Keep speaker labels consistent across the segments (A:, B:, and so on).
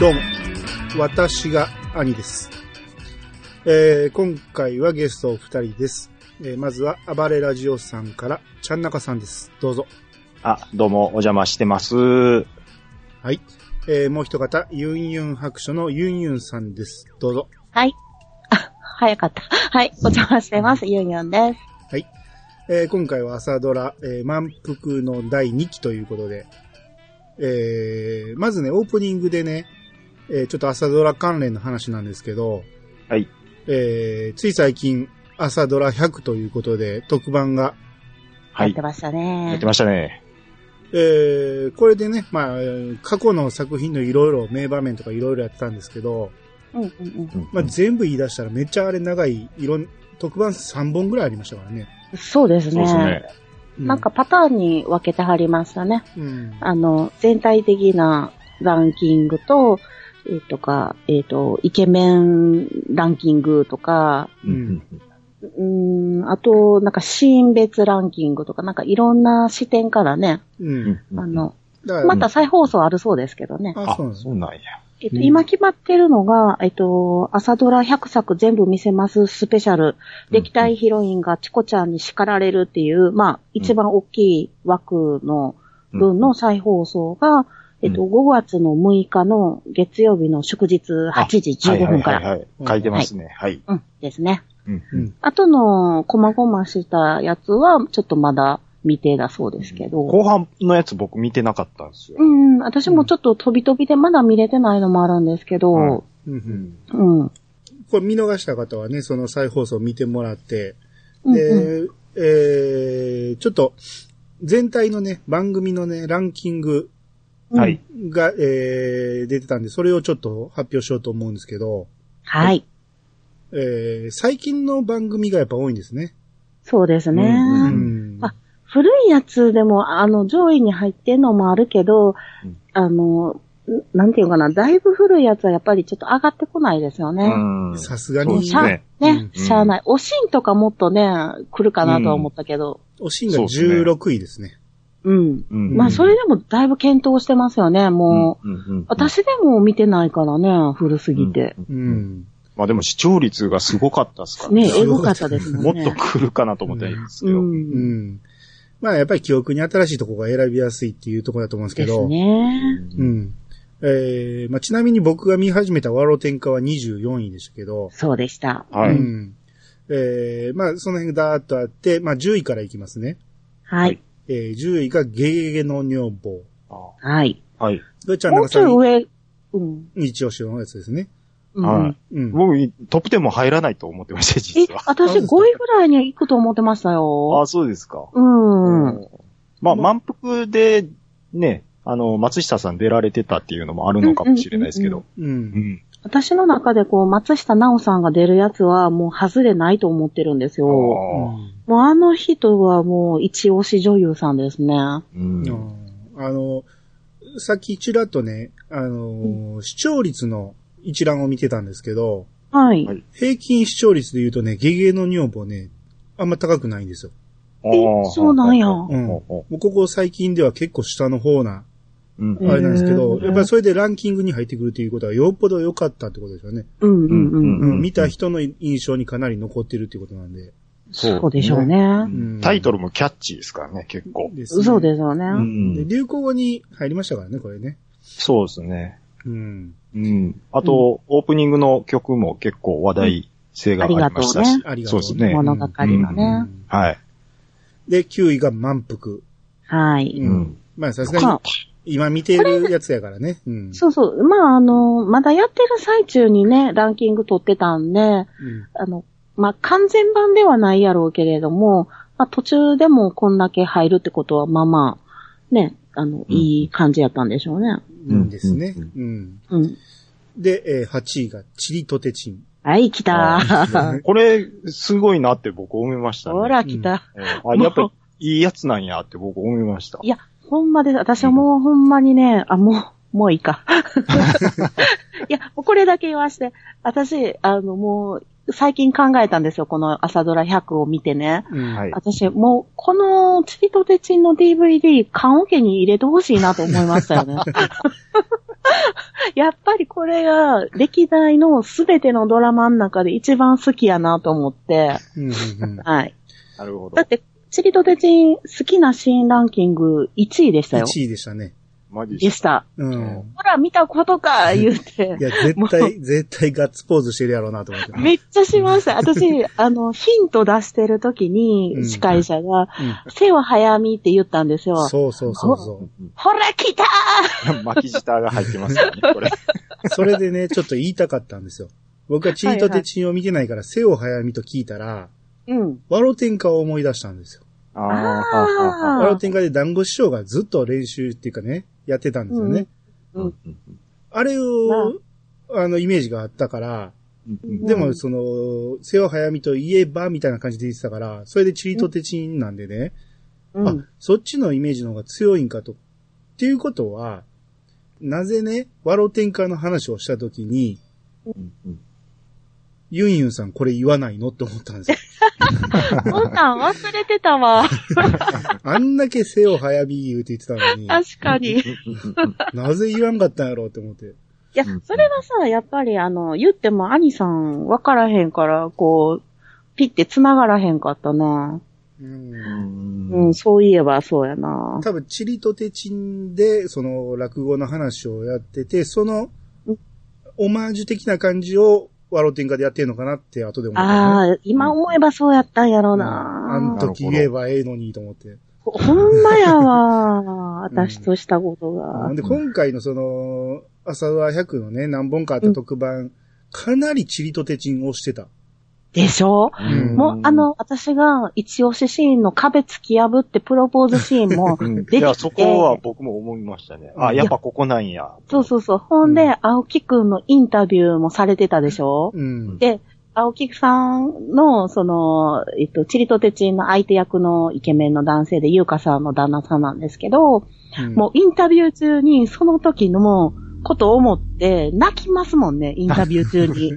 A: どうも、私が兄です。えー今回はゲストお二人です。えーまずは、暴れラジオさんから、ちゃんなかさんです。どうぞ。
B: あ、どうも、お邪魔してます。
A: はい。えーもう一方、ユンユン白書のユンユンさんです。どうぞ。
C: はい。あ、早かった。はい。お邪魔してます。ユンユンです。
A: はい。えー今回は朝ドラ、えー満腹の第2期ということで、えーまずね、オープニングでね、えーちょっと朝ドラ関連の話なんですけど、
B: はい。
A: えーつい最近、朝ドラ100ということで、特番が、
B: は
C: やっ
B: い
C: て。ました
B: やっ
C: ね
B: て。ましたね。
A: えーこれでね、まあ、えー過去の作品のいろいろ名場面とかいろいろやってたんですけど、
C: うんうんうん。
B: うん
A: まあ、全部言い出したらめっちゃあれ長い、いろん、特番3本ぐらいありましたからね。
C: そうです
B: そう
C: ね。
B: ですね。
A: う
C: なんか、パターンに分けてはりましたね。
A: うん。
C: あの、全体的なランキングと、えーとか、えっ、と、イケメンランキングとか、
B: うんうん
C: うーん、あと、なんかシーン別ランキングとか、なんかいろんな視点からね、
A: うん。
B: うん
C: あ、の、
A: だから、
C: また再放送あるそうですけどね。
A: あ、
B: あ、
A: そうなんです
B: そうなんや。
C: えっと、
A: うん
C: 今決まってるのが、えっと、朝ドラ100作全部見せますスペシャル。歴代ヒロインがチコちゃんに叱られるっていう、まあ、一番大きい枠の分の再放送が、えっと、
B: う
C: 5月の6日の月曜日の祝日8時15分か
B: はい
C: ら。
B: はいはいはい。書いてますね。はい。
C: うん、ですね。
B: うん
A: うん。
C: あとの、こまごましたやつは、ちょっとまだ未定だそうですけど。
B: 後半のやつ僕見てなかったんですよ
C: う。ん、私もちょっと飛び飛びでまだ見れてないのもあるんですけ
B: うん
C: ど、
A: うんうん
C: うん。うん
A: これ見逃した方はね、その再放送見てもらって、
C: うん
A: で、えー、ちょっと、全体のね、番組のね、ランキング
B: はい。。
A: が、えー、出てたんで、それをちょっと発表しようと思うんですけど、
C: はい。
A: えー、最近の番組がやっぱ多いんですね。
C: そうですね。
B: うんうん
A: うん。
C: あ古いやつでも、あの、上位に入ってんのもあるけど、
B: うん
C: あの、んなんていうかな、だいぶ古いやつはやっぱりちょっと上がってこないですよ
B: う
C: ね。
B: ん。
A: さすが
B: そう
A: に
B: で、
C: し
B: す
C: ゃ、
B: ね
C: ね、
B: うん
C: しゃあない。おしんとかもっとね、来るかなとは思ったけど、
A: おしんが
B: そうですね
A: 16位ですね。
C: うん。
B: うん
C: まあ、それでもだいぶ検討してますよね、もう。
B: うんうんうん
C: 私でも見てないからね、古すぎて。
B: うん
A: う
B: うん
A: ん。
B: まあでも視聴率がすごかったですから
C: ね、
A: す
C: エ
A: ご
C: ゴ
A: い
C: かったです
A: え
C: も
B: も
C: ん
B: っ
C: ね。
B: と来るかなと思ったんです
C: う。
B: けど。
A: うんん。まあ、やっぱり記憶に新しいとこが選びやすいっていうところだと思うんですけ
C: で
A: ど、
C: すね。
A: う。ん。えー、まあ、ちなみに僕が見始めたワロ天下は24位でしたけど、
C: そうでした。
B: は
A: う
B: い。
A: ん。えー、まあ、その辺ダーッとあって、まあ、10位からいきますね。
C: はい。
A: えー、10位がゲゲゲの女房。
B: あ
C: はい。
B: はい。
A: がちゃん
C: も
A: 中
C: う
A: さ
C: ちょ
A: ん
C: い上、うん。
A: に一押しのやつですね。
C: うん
B: はい
A: うん。
B: 僕、トップ10も入らないと思ってました、
C: え
B: 実は、。
C: 私5位ぐらいに行くと思ってましたよ。
B: あ、そうですか。
C: うん。
B: まあ、満腹で、ね、あの、松下さん出られてたっていうのもあるのかもしれないですけど。
A: う。
B: うんん。
C: 私の中でこう、松下奈緒さんが出るやつはもう外れないと思ってるんですよ。も
B: あ
C: うあの人はもう一押し女優さんですね。
B: ーうん
A: うんあの、さっきちらっとね、あのー視聴率の一覧を見てたんですけど、
C: はい。
B: はい
A: 平均視聴率で言うとね、ゲゲゲの女房ね、あんま高くないんですよ。
B: あー
C: え、そうなんや。
A: う。
B: うんん
A: もうここ最近では結構下の方な、
B: うん
A: あれなんですけ
C: う
A: ど、
C: ん
A: やっぱりそれでランキングに入ってくるということはよっぽど良かったってことですよね。
C: うん
A: う。
C: うんうん。
B: うんん
A: 見た人の印象にかなり残ってるっていうことなんで。
B: そう
C: そうでしょうね。
A: ん
B: タイトルもキャッチーですからね、結構。
A: ですね
C: そうですよね。
B: うん
A: で流行語に入りましたからね、これね。
B: そうですね。
A: うん。
B: うん。あと、オープニングの曲も結構話題性がありました
C: うん
B: し。
A: ありがと
B: そうう
A: ね
B: です
A: うん
B: ね。
C: 物語のね。
B: はい。
A: で、9位が満腹。
C: はい。
A: うん
B: うん
A: まあ、さすが
C: ま
A: に
C: あ、
A: 今見てるやつやからね。うん。
C: そうそう。まあ、あの、まだやってる最中にね、ランキング取ってたんで、
A: うん
C: あの、まあ、完全版ではないやろうけれども、まあ、途中でもこんだけ入るってことは、まあまあ、ね、あの、
B: うん
C: いい感じやったんでしょうね。
A: いいんですね。
B: う
A: うん。
C: うん。
A: で、えー8位がチリトテチン。
C: はい、来た
A: あ
C: ー。
B: これ、すごいなって僕思いましたね。
C: ほら、来た。
B: うんあ、やっぱりいいやつなんやって僕思いました。
C: いや、ほんまです。私はもうほんまにね、あ、もう、もういいか。いや、もうこれだけ言わして、私、あの、もう、最近考えたんですよ、この朝ドラ100を見てね。
A: うん
B: はい。
C: 私、もう、この、チリとテ チンの DVD、缶オケに入れてほしいなと思いましたよね。やっぱりこれが歴代のすべてのドラマの中で一番好きやなと思って、
A: うんうんうん
C: はい。
B: なるほど
C: だっ。て、チリとテチン好きなシーンランキング1位でしたよ。
A: 1位でしたね。
B: マジ
C: でした。
A: うん。
C: ほら、見たことか、言うて
A: い。や、絶
C: も
A: 対、絶対ガッツポーズしてるやろうなと思って。
C: めっちゃしました。 私、あの、ヒント出してる時
A: うん
C: に、司会者が、
A: う
C: 背を早見って言ったんですよ。
A: ん、そうそうそうそう。
C: ほら、来たー
B: 巻き舌が入ってますよね、これ。
A: それでね、ちょっと言いたかったんですよ。僕はチートテチンを見てないから、背を早見と聞いたら、
C: うん。
A: ワロテンカを思い出したんですよ。
B: あーはあはあはあ
A: ワロテンカで団子師匠がずっと練習っていうかね、やってたんですよね。
C: うん
B: うんうん
A: あれを、あの、イメージがあったから、
B: うん
A: でも、その、瀬尾早見といえば、みたいな感じで言ってたから、それでチリとテチンなんでね、
C: う
A: あ
C: ん。、
A: そっちのイメージの方が強いんかと。っていうことは、なぜね、ワロテンカの話をしたときに、
B: うんうん
A: ユンユンさんこれ言わないのって思ったんですよ。
C: そんなん忘れてたわ。
A: あんだけ瀬尾早見言うて言ってたのに、
C: 確かに。い
A: なぜ言わんかったんやろうって思って。
C: や、それはさ、やっぱりあの、言っても兄さん分からへんから、こう、ピッて繋がらへんかったな。
A: うん。
C: うん、そういえばそうやな。
A: 多分、チリとテチンで、その、落語の話をやってて、その
C: うん、
A: オマージュ的な感じを、ワロテンカでやってるのかなって、後で思った、ね。
C: ああ、今思えばそうやったんやろう
A: あの
C: な。
A: 時言えばええのにと思って。
C: ほほんまやわ。私としたことが。
A: で、今回のその、朝ドラ100のね、何本かあった特番、かなりチリとテチンをしてた。
C: でしょ
A: うん
C: もう、あ、の、私が一押しシーンの壁突き破ってプロポーズシーン も、
B: うん
C: て
B: いや、そこは僕も思いましたね。あ、やっぱここなんや。
C: そうそうそう。ほんで、青木くんのインタビューもされてたでしょ
A: うん。
C: で、青木さんの、その、えっと、チリとテチンの相手役のイケメンの男性で、優香さんの旦那さんなんですけど、
A: うん
C: もうインタビュー中に、その時のもう、ことを思って、泣きますも んね、インタビュー中に。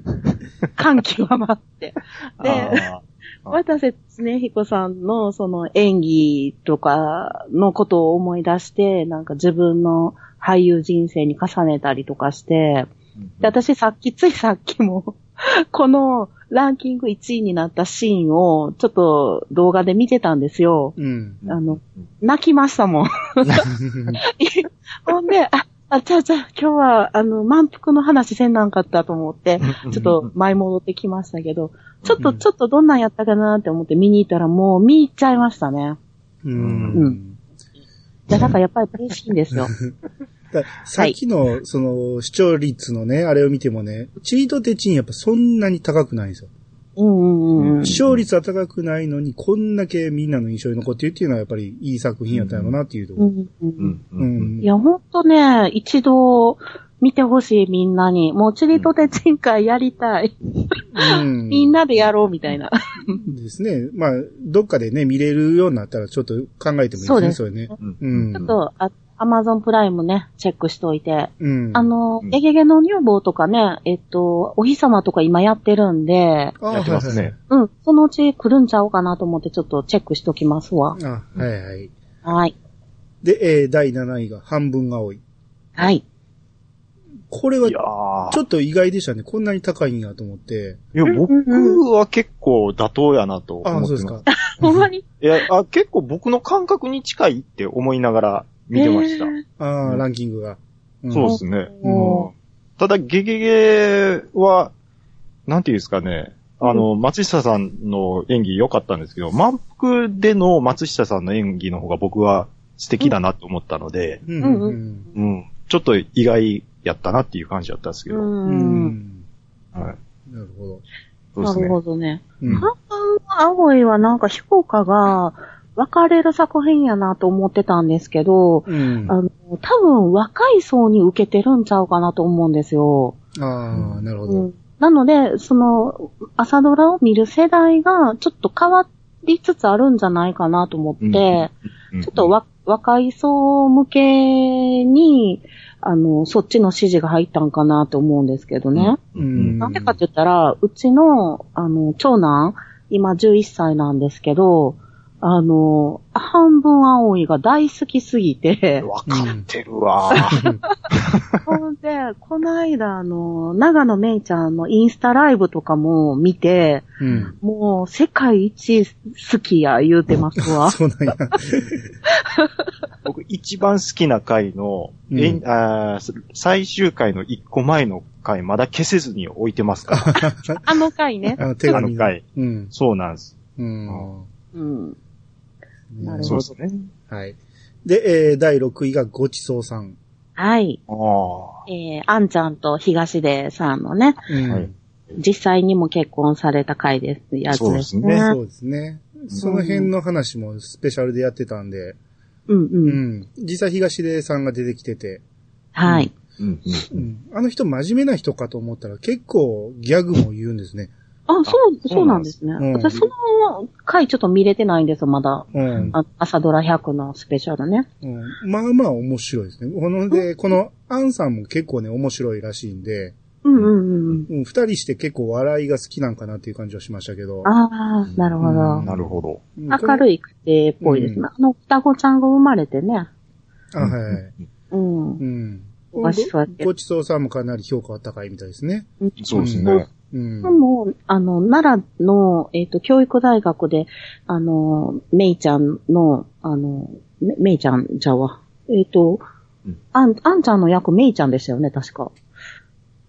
C: 感極まって。で
B: ああ
C: 渡瀬恒彦さんのその演技とかのことを思い出して、なんか自分の俳優人生に重ねたりとかして、
B: ー
C: で、私さっき、ついさっきも、 このランキング1位になったシーンを、ちょっと動画で見てたんですよ。
A: うん。
C: あの、泣きましたもん。ほんで、あ、あ、ちゃうちゃう、今日は、あの、満腹の話せんなんかったと思って、ちょっと前戻ってきましたけど、ちょっ
A: う
C: と、
A: ん
C: ちょっとどんなんやったかなって思って見に行ったらもう見入っちゃいましたね。
A: う。
B: うん
C: いや、だからやっぱり嬉しいんですよ。
A: ださっきの、その、視聴率のね、あれを見てもね、チリとテチンやっぱそんなに高くないんですよ。
C: うんうんうん。
A: 視聴率は高くないのに、こんだけみんなの印象に残ってるっていうのはやっぱりいい作品やったんやろうなっていうとこ
C: う
A: ろ。
C: んうん
B: う
C: うん
B: んう
A: うんん
C: い。や、ほんとね、一度見てほしいみんなに。もうチリとて人会やりたい。
A: うん
C: みんなでやろうみたいな。
A: ですね。まあ、どっかでね、見れるようになったらちょっと考えてもいいです
C: そう
A: ね、
C: で
A: それ
C: す
A: ね。
B: うん
A: う
C: ちょっ
A: ん。
C: と、あアマゾンプライムね、チェックしといて。
A: うん。
C: あ、の
B: う、ん
C: ゲゲゲの女房とかね、えっと、お日様とか今やってるんで、
A: あ
B: やってますね。。
C: うん、そのうち来るんちゃおうかなと思ってちょっとチェックしときますわ
A: はい。はいあ、はいはい。
C: はい。
A: で、えー第7位が半分が多い。
C: はい。
A: これはい
B: や、ー
A: ちょっと意外でしたね。こんなに高いんやと思って。
B: いや、僕は結構妥当やなと
A: ああ、
B: 思っ
A: そうで
B: て
A: す
B: ま
A: か
B: す。。
C: ほんまに
B: いや、あ結構僕の感覚に近いって思いながら 見てました
C: え。ー
A: あ
B: う
A: あ、
B: ん
A: ランキングが。うん
B: そうですね。
C: おー
B: ただ、ゲゲゲは、なんていうんですかね。あの、松下さんの演技良かったんですけど、満腹での松下さんの演技の方が僕は素敵だなと思ったので、
A: うんうん
B: うん。ちょっと意外やったなっていう感じだったんですけ
C: う。
B: ど。
A: うんん。
B: はい。
A: なるほど。
B: そうで
C: な
B: すね
C: る。ほどね。
A: うん
C: 半分青いはなんか評価が分かれる作品やなと思ってたんですけど、
A: うん。
C: あの、多分若い層に受けてるんちゃうかなと思うんですよ。
A: ああ、なるほ
C: う
A: ど。
C: ん、なので、その、朝ドラを見る世代がちょっと変わりつつあるんじゃないかなと思って、
B: うんうん
C: ちょっとわ若い層向けに、あの、そっちの指示が入ったんかなと思うんですけどね。
B: う
A: うん
B: ん。
C: なんでかって言ったら、うちの、あの、長男、今11歳なんですけど、あの、半分青 いが大好きすぎて、
B: わかってるわ。
C: ほんで、こいだ、あの、長野めいちゃんのインスタライブとかも見て、
A: うん。
C: もう世界一好きや言うてます わ。
A: そうなんや。
B: 僕一番好きな回の、えんあー最終回の一個前の回、まだ消せずに置いてますから。
C: あの回ね。
A: あの、 手紙
B: あの回
A: うん。
B: そうなんです。
A: うん。
C: うん。なるほど
B: そうですね。
A: はい。で、えー、第6位がごちそうさん。
C: はい。
B: ああ。
C: えー、あんちゃんと東出さんのね、
A: うん
B: はい
C: 実際にも結婚された回です、やつです
B: そう
C: ね。
B: です
A: そうですね。その辺の話もスペシャルでやってたんで、
C: うん
A: う
C: うん。
A: ん。実際東出さんが出てきてて、
C: はい。
B: うん
A: う。ん。あの人真面目な人かと思ったら結構ギャグも言うんですね。
C: あ、そう、そうなんですね。
A: うん
C: 私、その回ちょっと見れてないんですよ、まだ。
A: うん。
C: あ朝ドラ100のスペシャルね。
A: うん、まあまあ面白いですね。ほので、このアンさんも結構ね、面白いらしいんで、
C: うんうんうん。
A: うん、二人して結構笑いが好きなんかなっていう感じはしましたけど。
C: ああ、なるほ
A: う
C: ど
A: ん。
B: なるほど。
C: 明る
A: い。
C: い家庭っぽいですね。あの、双子ちゃんが生まれてね。
A: あ、はいはい。
C: うん
A: う。ん。
C: お菓子は
A: ごちそうさんもかなり評価は高いみたいですね。
B: そうです
A: う
B: ね。
A: うん。
C: でも、あの、奈良の、えっ、と、教育大学で、あの、めいちゃんの、あの、めめいちゃんじゃわ。えっ、と
B: うん、
C: あん、あんちゃんの役めいちゃんでしたよね、確か。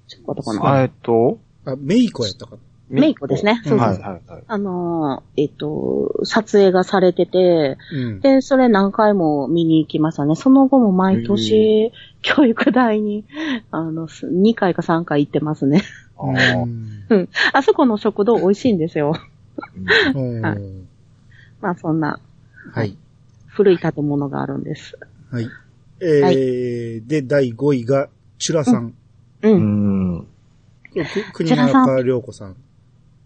C: 違ったかな。
B: えっと、
A: あ、メイコやったかな。
C: めいこですね。
A: うん
C: そうそう
B: は
C: そ
B: い
C: う
B: はいはい。
C: あの、えっ、と、撮影がされてて、
A: うん。
C: で、それ何回も見に行きましたね。その後も毎年、教育大に、あの、す2回か3回行ってますね。
B: あ
C: あそこの食堂美味しいんですよ。
B: あ
A: うん
C: はいまあ、そんな
A: はい。
C: 古い建物があるんです。
A: はい。え
C: は
A: ー、で、第5位が、チュラさん。
C: う。
B: うんん。
A: く国中涼子さん。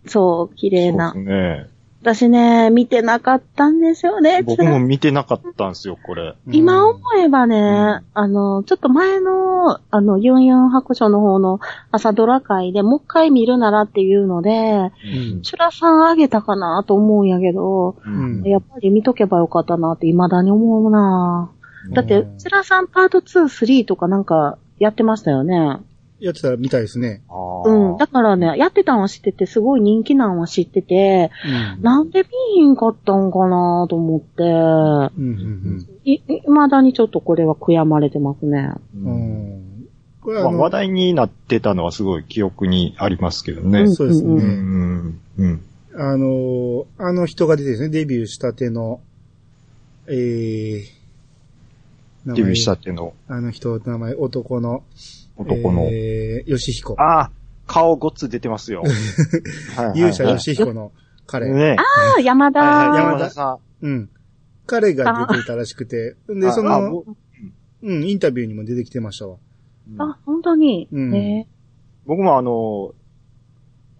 C: そう、綺麗な
B: そ。うですね。
C: 私ね、見てなかったんですよね。
B: 僕も見てなかったんですよ、これ。
A: うん
C: 今思えばね、
B: ん
C: あの、ちょっと前の、あの、ユンユン白書の方の朝ドラ会でもう一回見るならっていうので、
A: ん
C: チュラさんあげたかなと思うんやけど、
A: うん
C: やっぱり見とけばよかったなって未だに思うなだって、チュラさんパート2、3とかなんかやってましたよね。
A: やってたら見たいですね。
B: ああ
C: うん。だからね、やってたんは知ってて、すごい人気なんは知ってて、
A: うん。
C: なんで見えへんかったんかなと思って、
A: うんうん
C: い、未だにちょっとこれは悔やまれてますね。
A: うんうん。これ
B: ま
A: は
B: あ
A: あの
B: 話題になってたのはすごい記憶にありますけどね。
A: そうです
B: う
A: ね。
B: ん。うん。
A: あのー、あの人が出てるんですね、デビューしたての、えー、名前
B: デビューしたっていうの、
A: あの人、名前、男の、
B: 男の。
A: えー、ヨシヒコ。
B: ああ、顔ごっつ出てま すよ。はいはいはい
A: 勇者ヨシヒコの彼。
B: ね
C: ああ、山田。
B: はいはい
A: 山
B: 山
A: 田
B: 田さ
A: うん。彼が出てたらしくて、
B: ん。
A: で、そ
B: ああ
A: の、
B: ぼ
A: うん、インタビューにも出てきてましたわ。
C: あ、本当に。
A: うん
C: え
B: 僕もあの、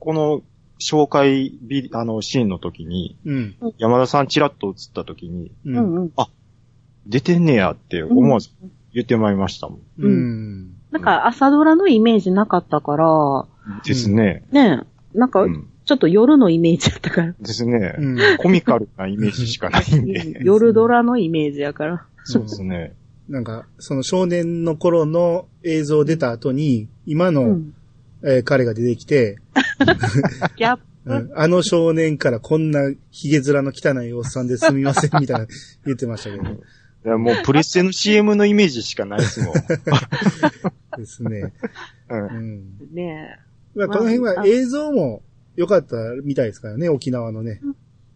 B: この紹介ビあの、シーンの時に、
A: うん。
B: 山田さんチラッと映った時に、
A: う
C: ーうんうん。
B: 出てんねやって思わず言ってまいりましたもん。
A: うん。うん。
C: なんか朝ドラのイメージなかったから、
B: ですね。
C: ねえ、なんか
B: うん
C: ちょっと夜のイメージだっ たから。
B: ですね。
A: うん。
B: コミカルなイメージしかない んで。
C: 夜ドラのイメージやから。
B: そうですね。
A: なんか、その少年の頃の映像出た後に、今の、
C: うん。
A: えー彼が出てきて、
C: ギャッ
A: う
C: プ。
A: んあの少年からこんな髭面の汚いおっさんですみません、み たいな言ってましたけど。
B: いやもうプレステの CM のイメージしかないで すもん。
A: ですね。
B: うん
A: うん。
C: ね
A: まあ、この辺は映像も良かったみたいですからね、沖縄のね。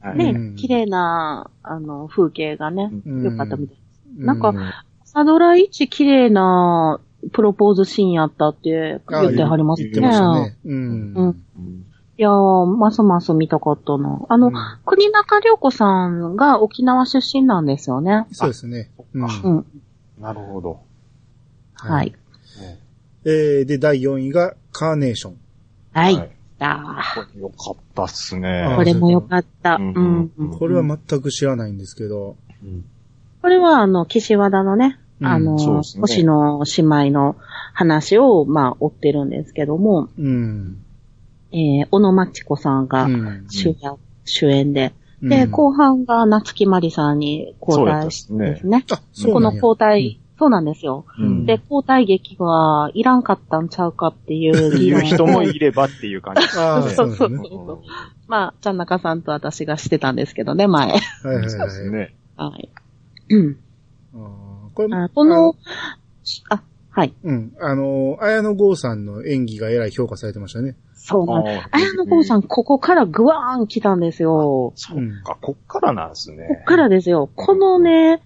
B: は
C: え。
B: い
C: ね
A: うん
C: え、綺麗な、あの、風景がね、
A: うん
C: 良かったみたい。なんか
A: う
C: 朝ドラ一綺麗なプロポーズシーンやったって言ってはります
A: 言
C: ね。
A: ってましたね。うん。
C: うんいやー、ますます見たかったな。あの、
A: うん
C: 国中涼子さんが沖縄出身なんですよね。
A: そうですね。うん
B: あ
C: うん。
B: なるほど。
C: は。い。
A: えー、で、第4位がカーネーション。
C: は
B: はい
C: い。だ
B: これよかったっす
A: あー
C: ー
B: ね。
C: これもよかった。
B: う
C: うんん
B: うん
A: これは全く知らないんですけど。
C: これは、あの、岸和田のね、
A: うん
C: あの、
B: そうですね
C: 星野姉妹の話を、まあ、追ってるんですけども、
A: うん。
C: えー、小野真知子さんが
A: うん
C: 主演,、主演で、で、後半が夏木マリさんに交代してですね。
A: あ、
C: こ
A: そうな
C: の
A: んや。
C: 交代そうなんですよ。
B: うん
C: で、交代劇はいらんかったんちゃうかってい
B: って
C: う議
B: いう
C: 論を
B: 人もいればっていう感じです
A: ああ、
B: ね。
A: そうなんですね
C: そう。まあ、ちゃんなかさんと私がしてたんですけどね、前。
A: はいはい
B: そうです
A: はい。
B: ね。
C: はい。うん。
A: あーこれ
C: あこの、あ、はい。
A: うん。あの、綾野剛さんの演技がえらい評価されてましたね。
C: そうなんです。綾野剛さ
B: ん。
C: ん、ここからグワーン来たんですよ。
B: そっか、こっからなんですね。
C: こっからですよ。このね、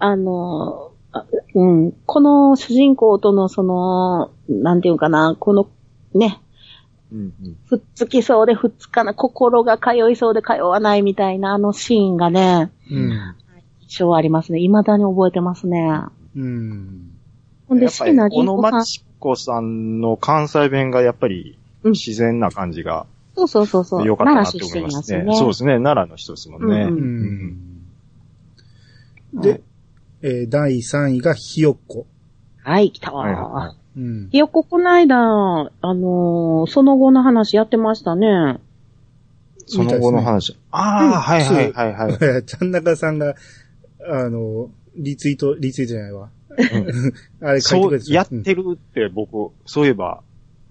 C: あの、あうん、この主人公とのその、なんていうかな、この、ね、
B: うんうん。
C: ふっつきそうでふっつかない、心が通いそうで通わないみたいなあのシーンがね、
A: うん。
C: 印象ありますね。未だに覚えてますね。
A: うん。
C: ほんで、
B: やっ
C: 椎
B: ぱり
C: 名
B: 小野
C: 林檎さん。
B: 町子さんの関西弁がやっぱり
C: うん
B: 自然な感じが
C: そうそうそうそう。
B: 良かったなって思いま
C: 奈良
B: す
C: 出身
B: ね。
C: なんです
B: そう
C: よ
B: ですね。奈良の人ですもんね。
A: う
C: うん
A: ん。
C: ね。
A: で、えー第3位がひよっこ。
C: はい、来たわ。
B: はいはいは
A: う
B: い
A: ん。
C: いや、ここないだ、あのーその後の話やってましたね。
B: その後の話。ああ、はいはいはいはい。
A: ちゃん中さんが、あの、リツイート、リツイートじゃないわ。あれ書いて
B: そ
A: くれ
B: う、
A: てた
B: やってるって僕、そういえば、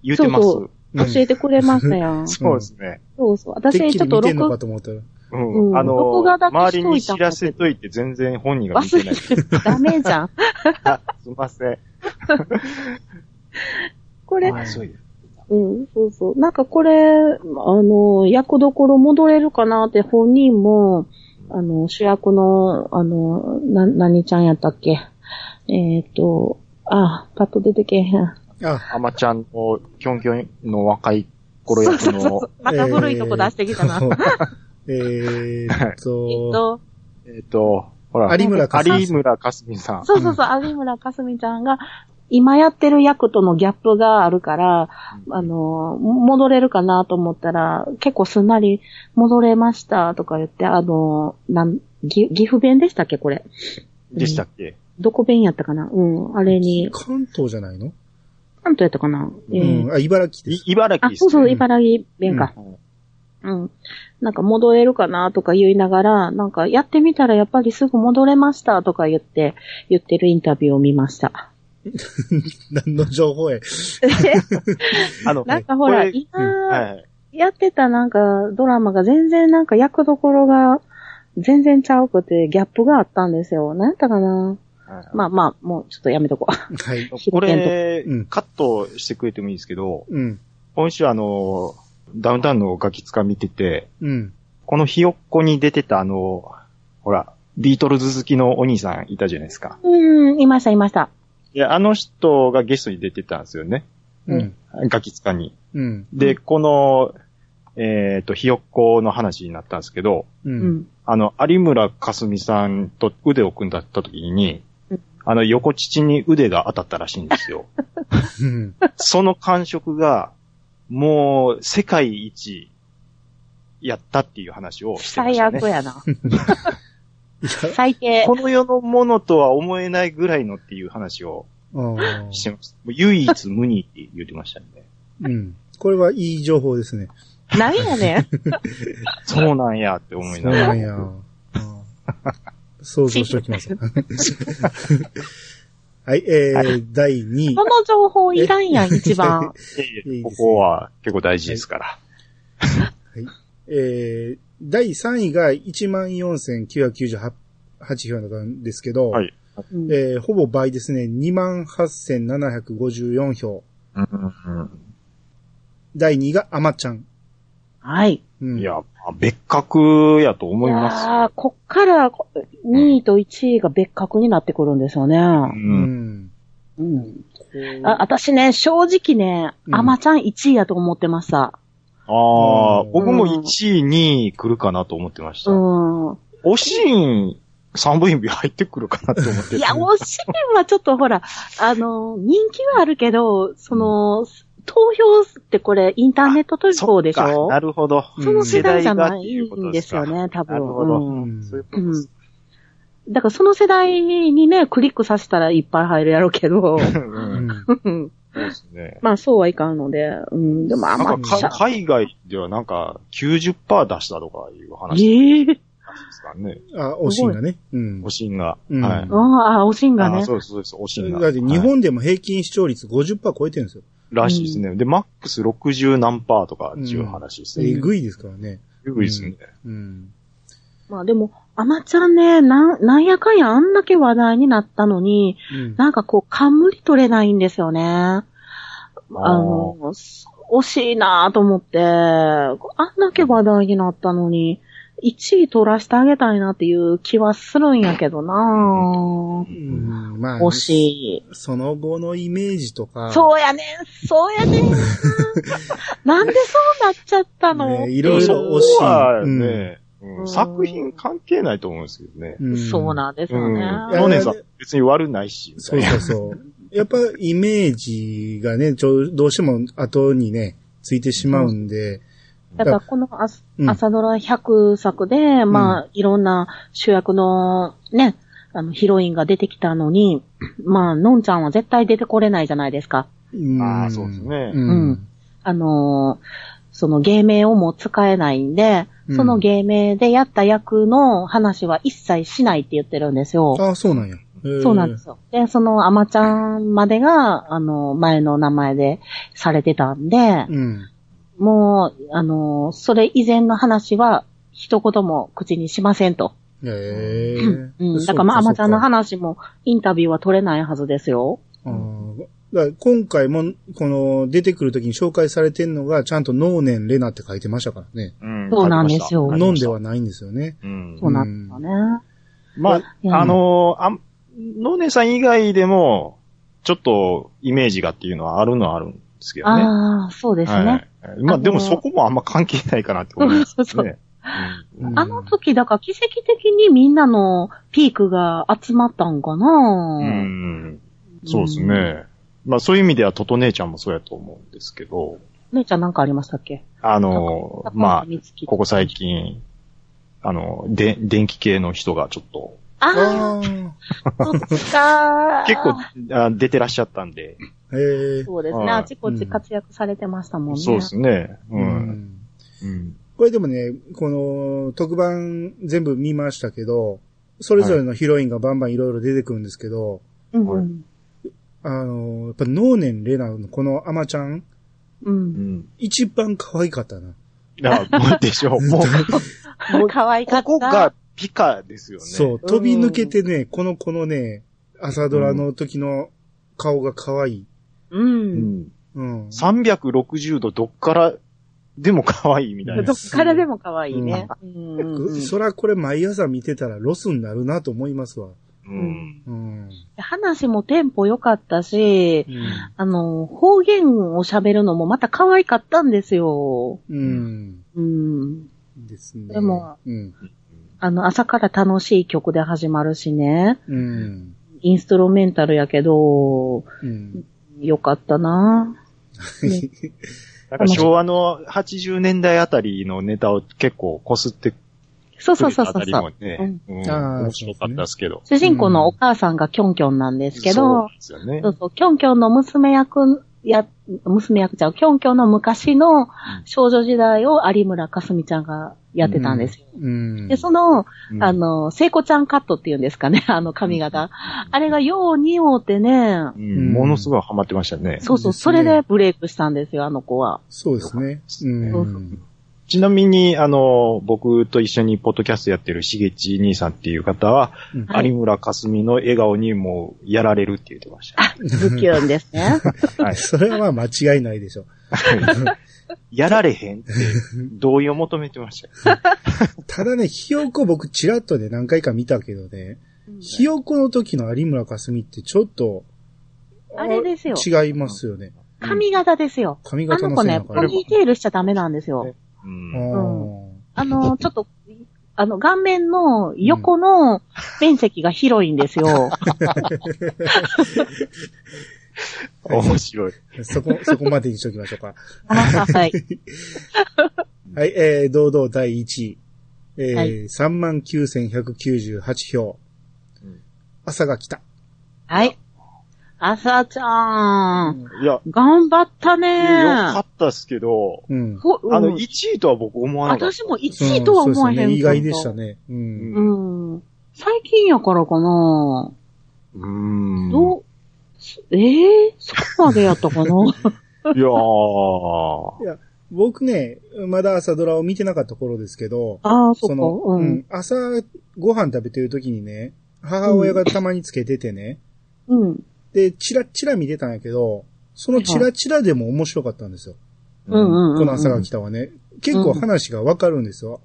B: 言ってます。
C: そうそ教えてくれました やん。そ
B: そうですね。
C: うそう。
A: うん、てっ
C: 私、
A: き
C: ち
A: り
C: ょっと
A: 見てんのか
C: 録
A: と思ったら。
B: うん。
C: うん
B: あの、
C: 録画だけ
B: 周
C: し
B: り
C: とい
B: に知
C: たんだけど
B: らせといて全然本人が見てない。
C: 忘れてダメじゃん。
B: あ、すいません。
C: これ、
B: あそういう
C: うん、そうそう。なんかこれ、あの、役どころ戻れるかなって本人も、あの、主役の、あの、な、何ちゃんやったっけえっ、と、あ、パッと出てけえへん。
A: あ、
B: アマちゃんの、キョンキョンの若い頃役
C: そうそうそ
B: の
C: う、。また古いとこ出してきたな。 えっ。
A: えーえーっと、
C: と、
B: えっと、ほら、
A: 有村架純
B: 有村架純さん。
C: そうそうそう、有村架純ちゃんが、今やってる役とのギャップがあるから、あの、戻れるかなと思ったら、結構すんなり戻れましたとか言って、あの、なん、ぎ岐阜弁でしたっけこれ。
B: でしたっけ
C: どこ弁やったかなうん、あれに、
A: 関東じゃないの
C: 関東やったかな、えー
A: うん。あ、茨城で
B: い
A: す。
B: 茨城
C: あ
B: で、す
C: そう
B: ね
C: そう、茨城弁か。
B: うん
C: うん。なんか戻れるかなとか言いながら、なんかやってみたらやっぱりすぐ戻れましたとか言って、言ってるインタビューを見ました。
A: 何の情報や。
B: あの、
C: なんかほら、
B: これ
C: 今、
B: はい。
C: やってたなんかドラマが全然なんか役どころが全然ちゃうくてギャップがあったんですよ。なんやったかなまあまあ、もうちょっとやめとこう。
A: はい。
B: これ
A: うん、
B: カットしてくれてもいいですけど、
A: うん。
B: 今週あの、ダウンタウンのガキツカ見てて、
A: うん。
B: このひよっこに出てたあの、ほら、ビートルズ好きのお兄さんいたじゃないですか。
C: うん、いましたいました。
B: いや、あの人がゲストに出てたんですよね。
A: うん。
B: ガキツカに。
A: うん。
B: で、この、えっ、と、ひよっこの話になったんですけど、
A: う。
C: うんん。
B: あの、有村架純さんと腕を組んだった時に
C: うん、
B: あの、横乳に腕が当たったらしいんですよ。
A: うん。
B: その感触が、もう、世界一、やったっていう話をしてまし
C: 最
B: たね
C: 悪。やな。最低。
B: この世のものとは思えないぐらいのっていう話を
A: あ
B: して
A: あ。
B: ました。もう唯一無二って言ってましたね。
A: う ん。これはいい情報ですね。
C: なんやねん。
B: そうなんやって思い
A: そ
B: な
A: う
B: が
A: な
B: ら。
A: んや。想像しておき ます。はい、えー、第2位
C: そ。の情報いらんやん、一番。
B: いやいやここは結構大事ですから。
A: えー、第3位が14,998票だったんですけど、
B: はい
C: うん
A: えー、ほぼ倍ですね。28,754票。
B: うんうん
A: 第2位がアマちゃん。
C: はい。
A: う
B: うん
A: ん、
B: いや、まあ別格やと思いますよ。
C: ああ、こっから2位と1位が別格になってくるんですよね。
A: う
B: うん
A: ん。
C: う
A: う
C: ん。
A: ん。
C: あ、私ね、正直ね、
A: うん
C: アマちゃん1位やと思ってました。
B: ああ、
A: うん
B: 僕も1位、2位来るかなと思ってました。
C: うん。
B: おしん、三部指入ってくるかなと思って
C: いや、おしんはちょっとほら、あの、人気はあるけど、その、投票ってこれ、インターネット投票でし
B: そっ
C: ょ
B: かなるほど。
C: その世代じゃ
B: 世代が
C: ない
B: っていうこと
C: ん
B: で
C: ですす
B: か
C: よね、多分。
B: なるほど
C: うん
A: うん
B: そういうことです。
C: だからその世代にね、クリックさせたらいっぱい入るやろうけど、
B: うん
A: うん
C: うん
B: そうですね。
C: まあそうはいかんので、うん、でもア
B: な
C: マ
B: ん
C: ちゃ
B: か
C: ん。
B: か海外ではなんか90%出したとかいう話。
C: ええ
B: 感じですからね。
A: あ、おしんがね。うん
B: お。しんが。
A: うん
B: はい。
A: うん
C: ああ、おしんが
B: あ
C: ね。
B: そうです、そうです、おしんが。
A: だって日
B: はい
A: 本でも平均視聴率50%超えてるんですよ。
B: らしいですね。で、マックス60何パーとかっていう話ですね。
A: えぐいですからね。
B: えぐいですね。
A: うん。
C: まあでも、アマちゃんね、なん、なんやかんやあんだけ話題になったのに、
A: うん
C: なんかこう、冠取れないんですよね。あの、惜しいなぁと思って、あんだけ話題になったのに、1位取らせてあげたいなっていう気はするんやけどな
A: う
B: う
A: んんまあ、
C: ぁ。惜しい。
A: その後のイメージとか、
C: そうやねん、そうやねん。なんでそうなっちゃったの、
A: ね
C: って
A: いうろい
B: そ
A: ろ惜
B: こ
A: しい
B: はね、うん
C: うん
B: 作品関係ないと思うんですけどね。
A: ん
C: そうなんですよ
B: うん。
C: ね。
B: ヨネさん別に悪ないし。みた
A: そ
B: いうな
A: そうそう。やっぱイメージがね、ちょどうしても後にね、ついてしまうんで、
C: だからこのあす
A: うん
C: 朝ドラ100作で、まあ、いろんな主役のね、あの、ヒロインが出てきたのに、まあ、のんちゃんは絶対出てこれないじゃないですか。
A: うん
B: あーそうですね
A: うん。
C: あのーその芸名をもう使えないんで、
A: うん
C: その芸名でやった役の話は一切しないって言ってるんですよ。
A: ああ、そうなんや。へー
C: そうなんですよ。で、その、アマちゃんまでが、あの、前の名前でされてたんで、
A: うん。
C: もう、あのーそれ以前の話は、一言も口にしませんと。
A: ええ
C: うん。だから、まあ、アマちゃんの話も、インタビューは取れないはずですよ。
A: あーだから今回も、この、出てくるときに紹介されてんのが、ちゃんと能年レナって書いてましたからね。
B: うん
C: そうなんですよ
B: わかり
A: 飲ん
B: まし
A: で
B: た
A: はないんですよね。
B: うん
C: そうなんですよね。
B: ま
C: いや
B: あ、あのー、あん、ノネさん以外でも、ちょっとイメージがっていうのはあるのはあるんですけどね。
C: ああ、そうですね。
B: はい。まあ、でもそこもあんま関係ないかなって思いますね。
C: そうそう
B: うん
A: うん
C: あの時、だから奇跡的にみんなのピークが集まったんかな、
B: うん。そうですね。まあそういう意味では、トト姉ちゃんもそうやと思うんですけど、
C: 姉ちゃんなんかありましたっけ
B: あの、まあ、ここ最
C: 近。
B: 近、あの、で、電気系の人がちょっと、
C: あ
A: ああ
C: あ、そっかー。
B: 結構あ出てらっしゃったんで、
A: ー。へえ
C: そうです
B: はい
C: ね。あちこち活躍されてましたもんね。
B: そうですね。う。
A: うんん。
B: うん。
A: これでもね、この、特番全部見ましたけど、それぞれのヒロインがバンバンいろいろ出てくるんですけど、
C: うん
B: は
C: う
B: い
C: ん。
A: あの、やっぱ能年レナのこのアマちゃん、
B: う
C: う。
B: んん。
A: 一番可愛かったな。
B: だから、でしょう。もう、もう
C: 可愛かった。
B: ここがピカですよね。
A: そう、
C: ん
A: 飛び抜けてね、この子のね、朝ドラの時の顔が可愛い。
C: う。
B: うんん。
A: うん。
B: 360度どっからでも可愛いみたいな。
C: どっからでも可愛いね。うんうんうん
A: そらこれ毎朝見てたらロスになるなと思いますわ。
B: う。
C: うんん
A: うん。
C: 話もテンポ良かったし、
A: うん。
C: あの、方言を喋るのもまた可愛かったんですよ。
A: うん。
C: うん。
A: ですね。
C: でも、
A: うん。
C: あの、朝から楽しい曲で始まるしね。
A: うん。
C: インストロメンタルやけど、
A: うん。
C: 良かったなね
B: なんか昭和の80年代あたりのネタを結構こすってく
C: そうそう
B: れ
C: そ
B: た
C: う
B: あた
C: そう
B: り
C: そう
B: も。ね、うん
A: あー
B: 面白かったですけど。
C: 主人公のお母さんがキョンキョンなんですけ
B: そう
C: ど、
B: なんですよね
C: そ。うそう、キョンキョンの娘役、や、娘役ちゃう、キョンキョンの昔の少女時代を有村架純ちゃんがやってたんですよ。
A: うん。
C: で、その、
B: うん
C: あ、の、聖子ちゃんカットっていうんですかね、 あの髪型。あれがようにおうてね、
B: うんものすごいハマってましたね。
C: そうそう、それでブレイクしたんですよ、あの子は。
A: そうですね。
C: そううそ
A: ん。
B: ちなみに、あの、僕と一緒にポッドキャストやってるしげち兄さんっていう方は、
A: うん
C: はい
B: 有村架純の笑顔にもうやられるって言ってました。
C: ズキュンですね。
B: は い
A: それはまあ間違いないでしょ。
B: やられへんって同意を求めてましたよ。
A: ただね、ひよこ僕ちらっとね何回か見たけどね、ひよこの時の有村架純ってちょっと、
C: あれですよ。
A: 違いますよね。
C: 髪型ですよ。
A: 髪
C: あ
A: 型
C: の
A: の
C: 子
A: せいな
C: ね、
A: の
C: ポ
A: かな。
C: ニーテールしちゃダメなんですよ。
B: うん
A: あ
C: あの、ちょっと、あの、顔面の横の面積が広いんですよ。
B: 面白い。
A: ーそ こ、そこまでにしときましょうか。
C: はい。
A: はい、えー、堂々第1位。えー
C: は
A: 39,198票
B: うん。
A: 朝が来た。
C: はい。朝ちゃん、
B: いや、よ
C: 頑張った
B: か
C: ね
B: ったですけど、
A: うん。
C: ほうん
B: あの、1位とは僕思わなかっ
C: 私も1位とは思えへんか
A: うそうです
C: った
A: ね意外でしたね。う
B: うん
A: ん。
C: うん。最近やからかな
B: た。うーん。
C: どう、ええそこまでやったか な
B: いやー。。
A: 僕ね、まだ朝ドラを見てなかった頃ですけど、
C: ああ、そ
A: そ
C: っ
A: の、
C: か。う。
A: うんん、朝ご飯食べてる時にね、母親がたまにつけててね、
C: うん。
A: で、チラッチラ見てたんやけど、そのチラッチラでも面白かったんですよ。
C: うんうんんうん。
A: この朝が来たはね。結構話がわかるんですよ。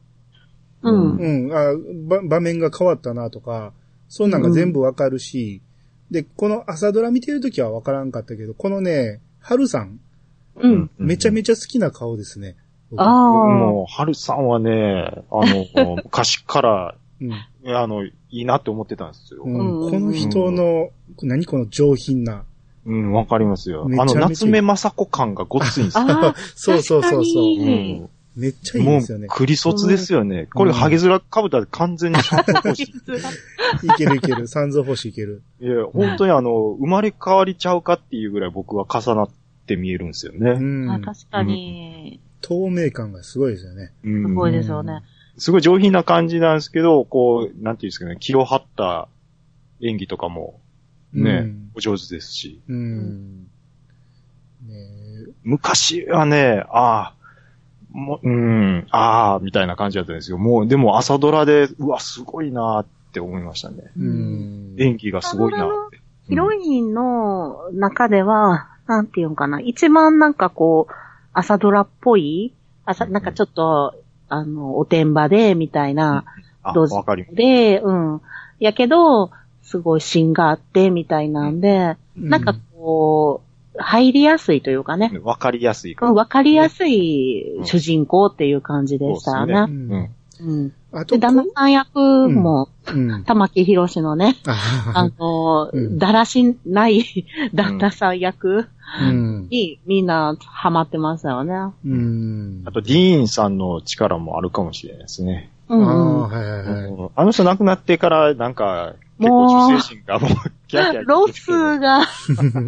C: う。
B: うん
A: うん、あば場面が変わったなとか、そんなんが全部わかるし、で、この朝ドラ見てるときはわからんかったけど、このね、春さん、
C: うん。
A: めちゃめ
B: ち
A: ちゃ好きな顔ですね。僕
C: あ
B: ゃ
C: あ。
B: もう、春さんはね、あの、 昔から、
A: うん
B: あの、いいなって思ってたんですよ。
A: う
C: うんうん
A: んこの人の、何この上品な。
B: うん、わかりますよ。
A: めちゃめ
B: あの、
A: ちゃ
B: 夏目雅子感がごっついんですよ。
C: ああ、
A: そうそうそう
C: 確か
A: そう
C: に。
B: うん
A: めっちゃいい
B: も
A: ですよね
B: う、。クリ卒ですよね。これ、ハゲズラかぶったら完全にシャープ欲しい。
A: いけるいける。三蔵星いける。
B: いや、本当にあの、生まれ変わりちゃうかっていうぐらい僕は重なって見えるんですよ
A: う
B: ね。
A: ん
C: あ。確かに、
A: 透明感がすごいですよね。
B: うん
C: すごいですよね。
B: すごい上品な感じなんですけど、こう、なんていうんですかね、気を張った演技とかも、ね、
A: うん
B: お上手ですし。
A: うん。ねえ
B: 昔はね、ああ、もう、うん、ああ、みたいな感じだったんですよ。もう、でも朝ドラで、うわ、すごいなーって思いましたね。
A: うん。
B: 演技がすごいなーって。
C: ヒロインの中では、なんていうんかな、一番なんかこう、朝ドラっぽい、朝、なんかちょっと、あの、おてんばで、みたいな、
B: あ、
C: どうぞ
B: わかります。
C: で、うん。やけど、すごい芯があって、みたいなんで、なんかこう、入りやすいというかね、
B: わかりやすい
C: うん
B: 感
C: わかりやすい主人公っていう感じでしたね。
B: そう
A: う
B: じ。
A: ん、
B: うん。
C: うん。
A: あと、
C: で、旦那さん役も、
A: うん。
C: 玉木宏のね、あ
A: あ
C: の、
A: うん
C: だらしない旦那さん役
A: うん。
C: にみんなハマってましたよね。
A: うん。
B: あと、ディーンさんの力もあるかもしれないですね。
C: う
A: ああ
C: ん、うん。
A: はいはいはい。
B: うんあの人亡くなってから、なんか、結構女性陣がもう、キャーキャー言ってきて。
C: ロ スが、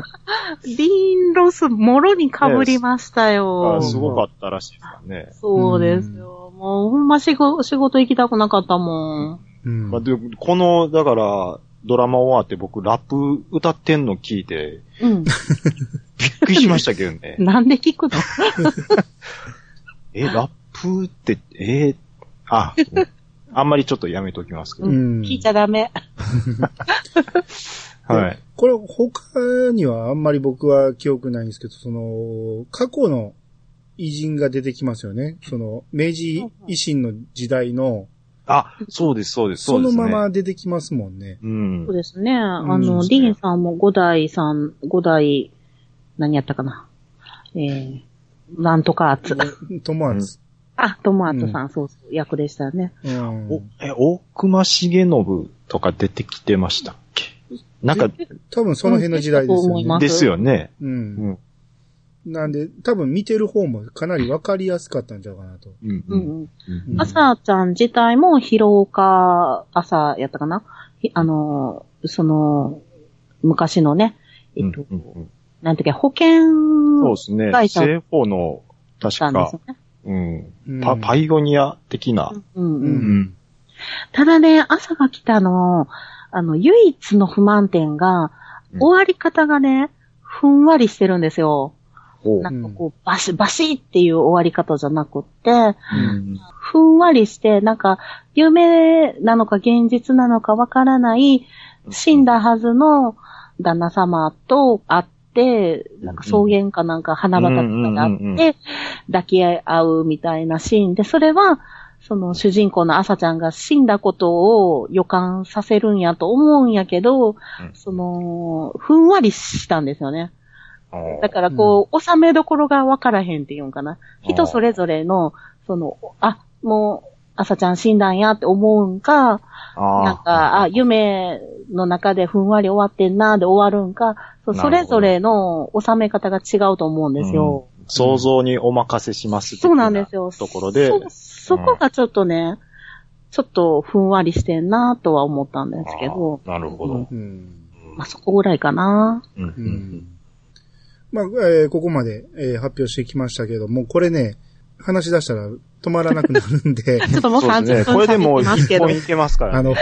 C: ディーン・ロス、もろに被りましたよ
B: が。すごかったらしいですからね。
C: そうですよ。もうほんま仕事仕事行きたくなかったもん。
A: うん
B: まあ、でこの、だから、ドラマ終わって僕、ラップ歌ってんの聞いて、
C: うん。
B: びっくりしましたけど ね。
C: なんで聞くの
B: え、ラップって、えーあ、あんまりちょっとやめときますけど。
A: うん
C: 聞いちゃダメ。
B: はい。
A: これ、他にはあんまり僕は記憶ないんですけど、その、過去の偉人が出てきますよね。その、明治維新の時代の、
B: あ、そうです、そうです、そ
A: そう
B: で
A: の
B: す、ね。
A: まま出てきますもんね。
B: うん
C: そう。ですね。あの、
B: うん
C: ディーンさんも五代さん、五代、何やったかな。えー、なんとか厚。
A: 友達。
C: あ、トマートさん、そうそう、役でしたね。
A: うん
B: お、え、大熊重信とか出てきてましたっけなんか、
A: 多分その辺の時代です
C: うん結構思い
A: よ
C: ま
A: ね。
B: ですよね。
A: う。
B: うんん。
A: なんで、多分見てる方もかなりわかりやすかったんちゃうかなと。
B: うん。
C: う
B: うんん。
C: うん。
B: うん
A: ん
C: 朝ちゃん自体も疲労か、朝やったかな。ひあの、その、昔のね、えっと、
B: うんうん
C: なんていうか、保険
B: そうですね。
C: 会社
B: 政法の、確
C: なんで
B: か
C: す、よね。
B: うん。
A: うん
B: パ、パイオニア的な。
C: うんう
A: うんん
B: うん。
C: ただね、朝が来たの、あの、唯一の不満点が、
B: うん
C: 終わり方がね、ふんわりしてるんですよ。
B: ほう
C: な。んかこう、バシ、バシっていう終わり方じゃなくって、
B: うん
C: ふんわりして、なんか、夢なのか現実なのかわからない、死んだはずの旦那様と会って、なんか草原かなんか花畑とかで
B: うんうんう
C: 会
B: ん
C: っ
B: うんう
C: て、抱き合うみたいなシーンで、それは、その主人公の朝ちゃんが死んだことを予感させるんやと思うんやけど、その、ふんわりしたんですよね。だからこう、収めどころがわからへんっていうんかな。人それぞれの、その、あ、もう、朝ちゃん死んだんやって思うんか、
B: あー
C: なんか、あ、夢の中でふんわり終わってんなで終わるんか、そう
B: なるほ
C: そ
B: ど
C: れぞれの収め方が違うと思うんですよ。
B: 想像にお任せします的
C: そうなんですよ。
B: ところで。
C: そ、そこがちょっとね、ちょっとふんわりしてんなとは思ったんですけど。
B: あーなるほど。
A: うん。
C: まあ、そこぐらいかな。
B: うんう。
A: うんんまあ、えーここまで、えー発表してきましたけども、これね、話し出したら止まらなくなるん で、
C: ちょっともう
B: そうで
C: 30
B: すね。こ
C: 分
B: れでもう
C: 喋ってますけ
B: 一
C: ど
B: 本。いけますから
A: あ
B: ね。
A: の、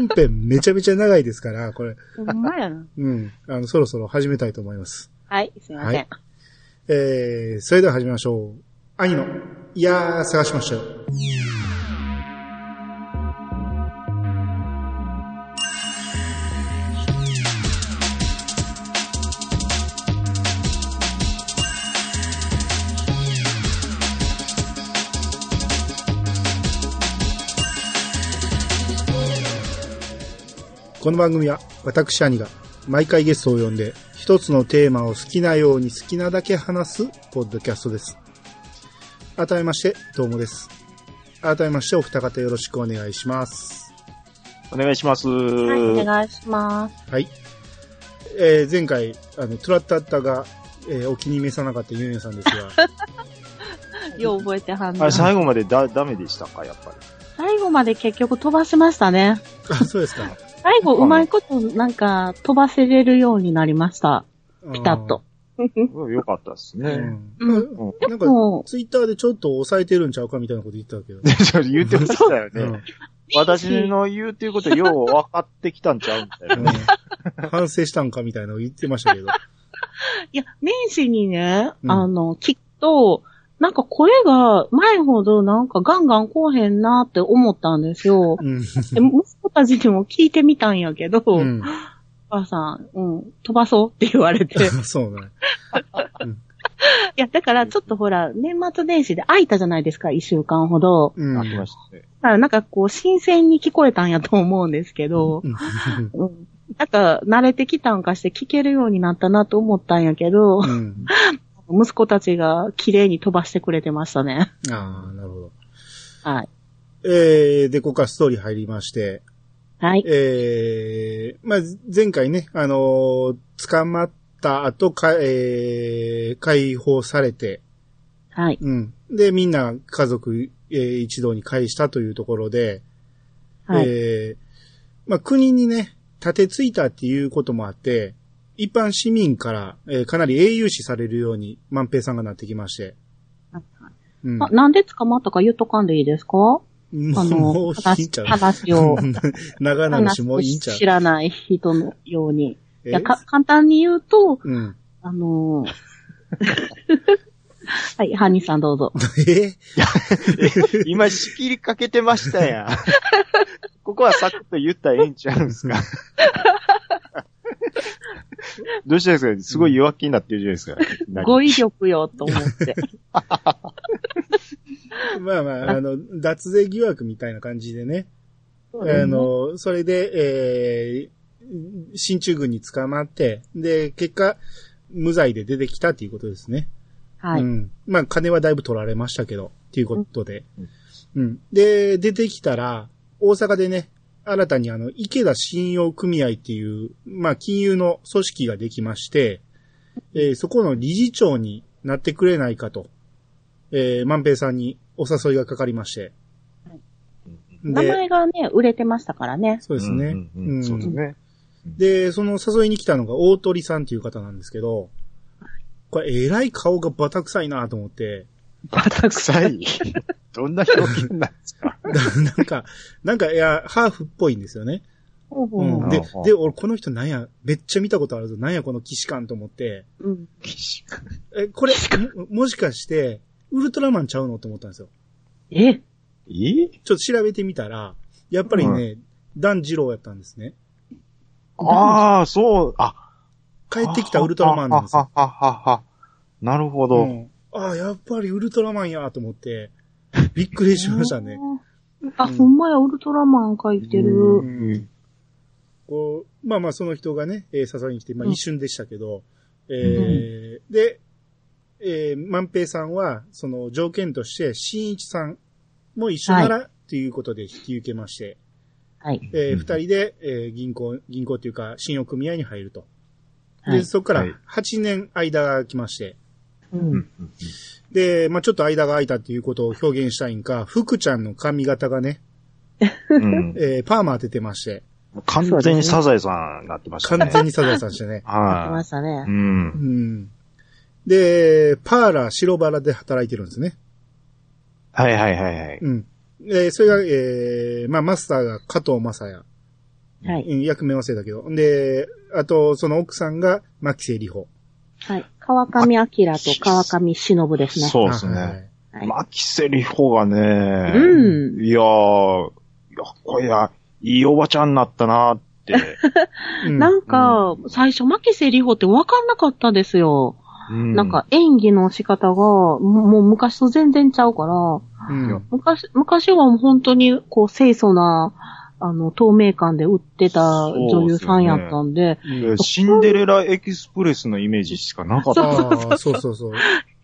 A: 本編めちゃめちゃ長いですから、これ、
C: ほんまやな。
A: うん、あの、そろそろ始めたいと思います。
C: はい、すいません。
A: えー、それでは始めましょう。兄の、いやー、探しましたよ。この番組は私兄が毎回ゲストを呼んで一つのテーマを好きなように好きなだけ話すポッドキャストです。改めまして、どうもです。改めまして、お二方よろしくお願いします。
B: お願いします。
C: はい、お願いします。
A: はい。えー、前回、あの、トラッタッタが、えーお気に召さなかったユンユンさんです が、
C: よう覚えてはん
B: あ
C: な
B: れ、最後までだ、ダメでしたか、やっぱり。
C: 最後まで結局飛ばしましたね。
A: あ、そうですか。
C: 最後、うまいこと、なんか、飛ばせれるようになりました。 ピタッと。
B: うんよかったです
A: あー。
B: ね。
A: うん。な
C: で
A: なんか、
C: も、
A: ツイッターでちょっと抑えてるんちゃうかみたいなこと言ってたけど。
B: ちょっと言ってましたよ
A: うん
B: ね。私の言うていうことよう分かってきたんちゃうみたいな。
A: うん反省したんかみたいなのを言ってま したけど。
C: いや、年始にね、
A: うん。
C: あの、きっと、なんか声が前ほどなんかガンガンこうへんなって思ったんです よ
A: うん。
C: で息子たちにも聞いてみたんやけど、
A: うん
C: お母さん、うん、飛ばそうって言われて。 い
A: そうね。
C: や、だからちょっとほら、年末年始で空いたじゃないですか、一週間ほど。
A: うん。
B: ありましたね。
C: だからなんかこう、新鮮に聞こえたんやと思うんですけど、うん。なんか、慣れてきたんかして聞けるようになったなと思ったんやけど、
A: うんうん。
C: 息子たちが綺麗に飛ばしてくれてましたね。
A: ああ、なるほど。
C: はい。
A: えー、で、ここからストーリー入りまして、
C: はい。
A: えー、まあ、前回ね、あのー捕まった後、か、えー、解放されて、
C: はい。
A: うん。で、みんな家族、えー一堂に会したというところで、
C: はい。
A: えーまあ、国にね、立てついたっていうこともあって、一般市民から、えーかなり英雄視されるように、万平さんがなってきまして。うん。
C: あなんで捕まったか言っとかんでいいですか
A: も
C: あ
A: う、も
C: の、
A: ういいん
C: 話
A: ちゃ、う
C: 話を、
A: 長々し
C: 話
A: もう
C: を
A: いいんちゃう
C: 知らない人のように。
A: え
C: いや、か、簡単に言うと、
A: うん。
C: あのー はい、ハニーさんどうぞ。
A: え
B: 今仕切りかけてましたやん。 ここはサクッと言ったらええんちゃうんすか。どうしたんですかすごい弱気になってるじゃないですか。
C: 語彙力よ、と思 って。
A: まあまあ、あの、脱税疑惑みたいな感じでね。あの、それで、えー、進駐軍に捕まって、で、結果、無罪で出てきたっていうことですね。
C: は
A: う
C: い。
A: ん。まあ、金はだいぶ取られましたけど、っていうことで。うん。で、出てきたら、大阪でね、新たにあの、池田信用組合っていう、まあ、金融の組織ができまして、えーそこの理事長になってくれないかと、えー、万平さんにお誘いがかかりまして。
C: 名前がね、売れてましたからね。
A: そうですね。
B: うんうんうんそうですね。
A: で、その誘いに来たのが大鳥さんっていう方なんですけど、これ、えらい顔がバタ臭いなと思って、
B: バタ臭 い。どんな表現なんですか
A: なんか、なんか、いや、ハーフっぽいんですよね。
C: ほうほう
A: うん、
B: う
A: で
B: んうん、
A: で、俺、この人なんや、めっちゃ見たことあるぞ。なんや、この騎士官と思って。
C: うん。
A: え、これ、ももしかして、ウルトラマンちゃうのと思ったんですよ。
C: え
B: え
A: ちょっと調べてみたら、やっぱりね、ダン二郎やったんですね。
B: ああ、そう、あ、
A: 帰ってきたウルトラマンなんですよ。
B: ははははは。なるほ
A: う
B: ど。
A: ん、ああ、やっぱりウルトラマンやと思って、びっくりしましたね。。
C: あ、
A: うん
C: ほんまや、ウルトラマン書いて
B: う
C: る。
B: ん
A: こう、まあまあその人がね、えー、誘いに来て、まあ
C: うん
A: 一瞬でしたけど、えーで、えー、万平さんは、その条件として、新一さんも一緒なら、ということで引き受けまして、
C: はい。
A: えー
B: うん
A: 二人で、えー銀行、銀行というか、信用組合に入ると。
C: は
A: で、
C: い。
A: そこか
B: はい
A: ら8年間が来まして、
C: う。
B: うんんうん
A: で、まあちょっと間が空いたっていうことを表現したいんか、福ちゃんの髪型がね、
B: うん
A: えーパーマ当ててまして、
B: 完全にサザエさんになってましたね
A: 完。全にサザエさんでしたね。
C: あ
B: は
C: りま
B: い。
C: したね
A: う
B: う。。
A: んん。で、パーラ、白バラで働いてるんですね。
B: はいはいはいはい。
A: うん。えーそれが、えーまあ、マスターが加藤正也。
C: はい。
A: うん、役名忘れたけど。で、あと、その奥さんが、牧瀬里穂。
C: はい。川上明と川上忍ですね。
B: そうです
A: あは
B: ね。
A: い
C: はい
B: マキセリフォがね、
C: うん
B: いやー、いや、こりゃ、いいおばちゃんになったなーって。
A: うん
C: なんか、最初、マキセリホって分かんなかったですよ。
B: な
C: なん、か、演技の仕方が、ももう昔と全然ちゃうから、
A: うん。
C: 昔、昔はもう本当に、こう、清楚な、あの、透明感で売ってた女優さんやったんで、
B: でシンデレラエキスプレスのイメージしかなかった。
A: あーそうそうそう。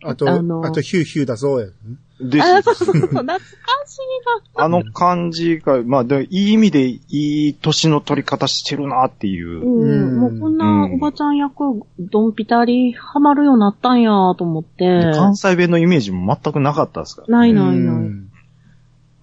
A: あと、
C: あのー
A: あと、ヒューヒューだそうや。
B: です
C: あ、そうそうそう、懐かしい
B: あの感じが、まあ、でもいい意味でいい年の取り方してるなってい
C: な。
B: う。
C: う
A: うん
C: ん、もうこんなおばちゃん役、ドンピタリハマるようになったんやと思って。
B: 関西弁のイメージも全くなかったですから。
C: な
A: はい
C: ないない。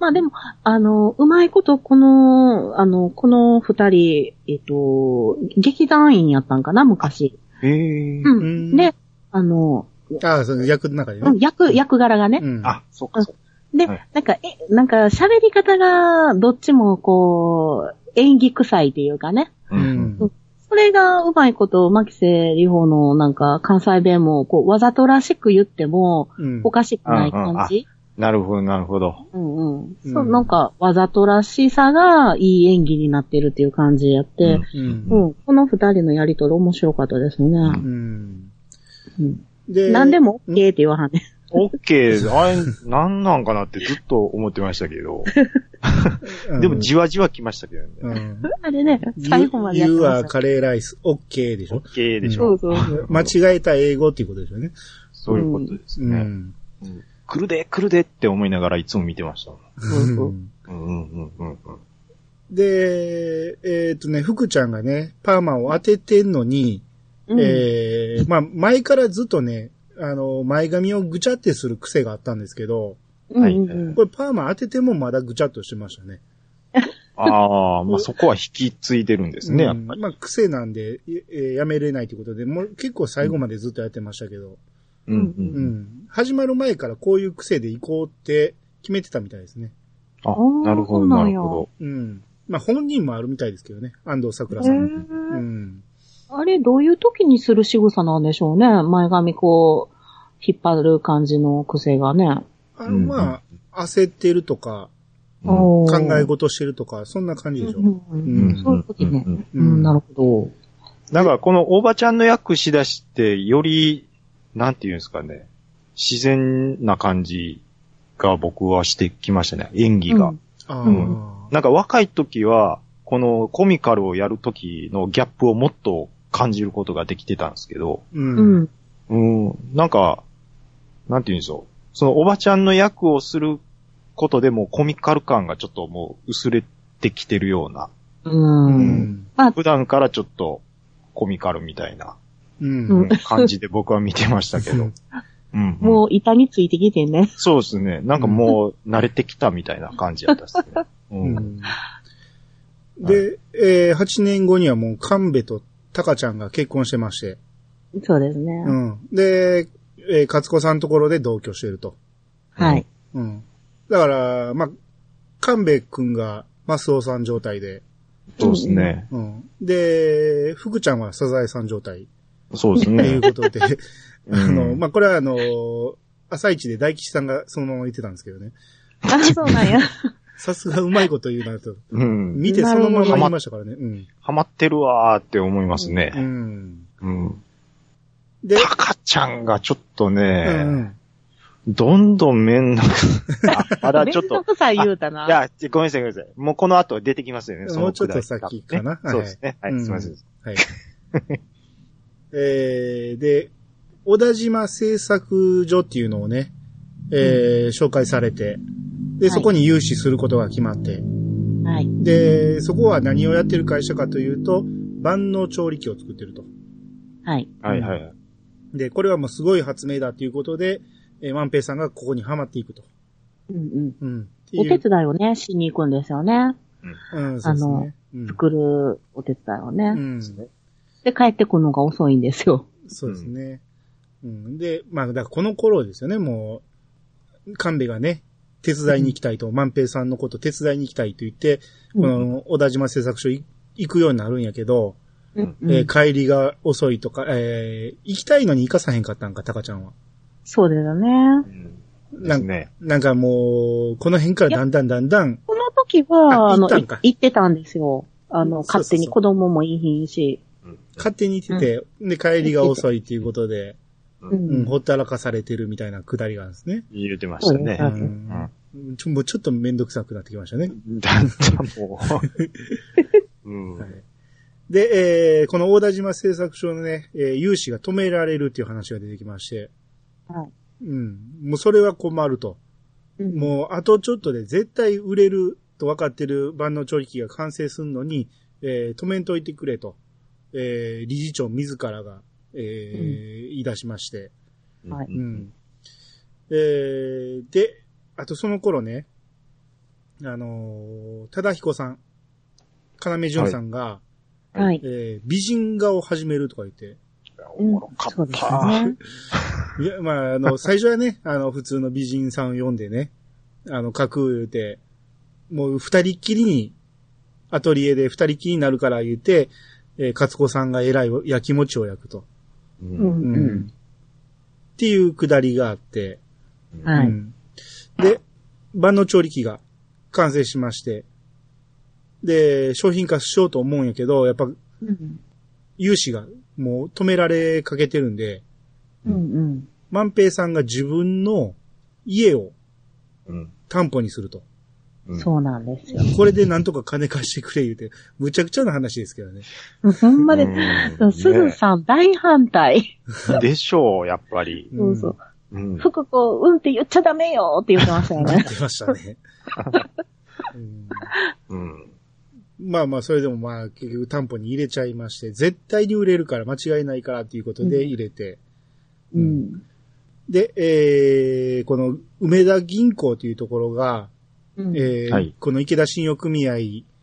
C: まあでも、あの、うまいこと、この、あの、この二人、えっと、劇団員やったんかな、昔。
B: ええ
C: う
A: うん
C: ん。で、あの、
A: ああ、その役の中で
C: う
A: ね
C: ん。役、役柄がね。
A: うん。
B: あ、そっかそっか。
C: で、
B: はい
C: なんか、え、なんか、喋り方が、どっちも、こう、演技臭いっていうかね。
A: う
B: うんん。。
C: それが、うまいこと、牧瀬里穂の、なんか、関西弁も、こう、わざとらしく言っても、
A: うん
C: おかしくない感じ。
B: なるほど、なるほど。
C: うんうん。
A: うん
C: そう、なんか、わざとらしさが、いい演技になってるっていう感じやって、
B: うん
A: うん
C: うん。この二人のやりとり面白かったですね。
B: ん
A: うん。
C: うん。
A: で
C: 何でも OK って言わはんね。
B: オッケー、あれ、なんなんかなってずっと思ってましたけど。
A: うん
B: でも、じわじわ来ましたけどね。
A: うん。
C: あれね、最後までやって
A: You
C: ま
A: are
C: した。
A: カレーライス、OK でし
B: オ
A: ょ
B: ッケーでし
C: そ
B: ょ。
C: うそう。
A: 間違えた英語っていうことですよね。
B: そういうことです
A: う
B: ね。
A: ん。
B: うん来るで、来るでって思いながらいつも見てました。
C: そうそう
B: うんうんうんうんうん。
A: で、えっとね、福ちゃんがね、パーマを当ててんのに、
C: うん
A: ええまあ、前からずっとね、あの、前髪をぐちゃってする癖があったんですけど、
C: うん
B: はい
C: うん
A: これパーマ当ててもまだぐちゃっとしてましたね。
B: ああ、まあそこは引き継いでるんですね、やっ
A: うん
B: ぱり。
A: まあ、癖なんで、ええやめれないということで、もう結構最後までずっとやってましたけど、
B: うんうん
A: う。ん。始まる前からこういう癖で行こうって決めてたみたいですね。
B: あ
C: ー、
B: なるほ
C: そ
B: ど、
C: うな
B: なんる
C: や
B: ほ
A: うん。まあ、本人もあるみたいですけどね。安藤桜
C: うん。
A: さ
C: へ
A: んも。う
C: ー
A: ん。
C: あれ、どういう時にする仕草なんでしょうね。前髪こう、引っ張る感じの癖がね。
A: あ
B: うん
A: まあ、焦ってるとか、
B: ど。
A: 考
C: 考
A: え事してるとか、そんな感じでしょ。
C: うん
A: うん
C: そういう時ね
B: うんうん。
A: うん
C: うん、なるほ
B: だからこのおばちゃんの役しだして、より、なんていうんですかね、自然な感じが僕はしてきましたね、演技
C: ど。
B: が。
C: うん
A: あ
B: う
A: あ。
B: なんか若い時は、このコミカルをやる時のギャップをもっと感じることができてたんですけど、
A: うん。
C: うん。
B: うん、なんか、なんて言うんでしょう。そのおばちゃんの役をすることでもコミカル感がちょっともう薄れてきてるような。
C: うん
A: う
C: うん。
A: ん。
B: 普段からちょっとコミカルみたいな
A: うん。
B: うん感じで僕は見てましたけど。うんうん
C: もう板についてきてね。
B: そうですね。なんかもう慣れてきたみたいな感じだったですね。う
A: うんんで、えー、8年後にはもう神戸とタカちゃんが結婚してまして、
C: そうですね。
A: うん。で、えー、勝子さんのところで同居してると。
C: はい。
A: うん。だから、まあ、神戸くんがマスオさん状態で、
B: そうですね。
A: うん。で、福ちゃんはサザエさん状態
B: そうです
A: とい
B: ね
A: う。ことで、あ
B: う
A: の、
B: ん
A: まあ、これはあの、朝一で大吉さんがそのまま言ってたんですけどね。
C: あ、そうなんや。
A: さすがうまいこと言うなと。
B: うん。
A: 見てそのまま言いましたからね。うん。
B: ハマってるわーって思います
A: う
B: ね。
A: ん。
B: うん。
A: で、
B: タカちゃんがちょっと
A: う
B: ね、
A: ん。
B: どんどん面倒くさい。あまだちょっ
C: 面
B: と。
C: 倒くさい言うたな。
B: いや、ごめんなさい、ごめんなさい。もうこの後出てきますよね。その
A: もうちょっと先かな
B: くだりがねそうですね。
A: は
B: はいい、すみません。
A: はい。えー、で、小田島製作所っていうのをね、えー、紹介されて、で、
C: はい
A: そこに融資することが決まって、
C: はい。
A: で、そこは何をやってる会社かというと、万能調理器を作ってると。
C: はい。
B: はい、はい。
A: で、これはもうすごい発明だということで、えー、万平さんがここにはまっていくと。
C: うんうん。
A: うん。って
C: お
A: い
C: 手
A: う、
C: 伝いをね、しに行くんですよね。
A: うん、そう
C: あ
A: です
C: の
A: ね。、うん
C: 作るお手伝いをね。
A: うん
B: すね
C: で、帰ってくるのが遅いんですよ。
A: そうですね。うん。で、まあ、だからこの頃ですよね、もう、神戸がね、手伝いに行きたいと、万平さんのこと手伝いに行きたいと言って、この小田島製作所い行くようになるんやけど、
B: うん
C: うん
A: えー帰りが遅いとか、えー行きたいのに行かさへんかったんか、タカちゃんは。
C: そうだよね。
B: うんで
A: な
B: す
A: んか、
B: ね。
A: なんかもう、この辺からだんだんだんだん、
C: この時
A: あ
C: は、あ
A: 行
C: の、
A: ったんか
C: い行ってたんですよ。あ
A: うん
C: の、勝手
A: そう
C: に
A: そう
C: 子供もいいひんし。
A: 勝手に行ってて、で、帰りが遅いっていうことで、
B: う
C: うん
A: うん、
C: ん。
A: ほったらかされてるみたいなくだりがあるんですね。
B: 言えてましたね
C: う。
A: んちょもうちょっとめんどくさくなってきましたね。
B: だんだんもう。う
A: は
B: ん
A: いで、えーこの大田島製作所のね、えー融資が止められるっていう話が出てきまして、
C: はい
A: うん。もうそれは困ると。
C: うん
A: もうあとちょっとで絶対売れると分かってる万能調理器が完成するのに、えー止めんといてくれと、えー理事長自らが、えー言い出しまして、。
C: はいう
A: ん。えーで、あとその頃ね、あのー、忠彦さん、要潤さんが、
C: はい。
A: えー美人画を始めるとか言って。
B: おもろか
C: そう
B: っ
C: です
B: た。
C: ね。
A: いや、まあ、あの、 最初はね、あの、普通の美人さんを読んでね、あの、書く言うて、もう二人っきりに、アトリエで二人っきりになるから言って、えー、勝子さんが偉い焼き餅を焼くと。
B: うん
C: う。
A: うん
C: うん。
A: っていうくだりがあって、
C: は
A: う
C: い。
A: んで、万能調理器が完成しまして、で、商品化しようと思うんやけど、やっぱ、
C: うん。
A: 融資がもう止められかけてるんで、
C: うん。うん
A: 万平さんが自分の家を
B: うん
A: 担保にすると。
B: うん
C: そうなんですよ。
A: これでなんとか金貸してくれ言うて、むちゃくちゃな話ですけどね。
C: うんほんまで、
B: うん
C: すずさん大反対。
B: ねでしょう、やっぱり。
C: そうそう。
B: うん
C: 福子、うんって言っちゃダメよって言ってましたよ
A: なっ
C: ね。
A: てましたね。 うん
B: うん
A: まあまあ、それでもまあ、結局担保に入れちゃいまして、絶対に売れるから間違いないからっていうことで入れて、
C: う。
A: うんで、えー、この梅田銀行というところが、
C: うん
A: えー
B: はい
A: この池田信用組合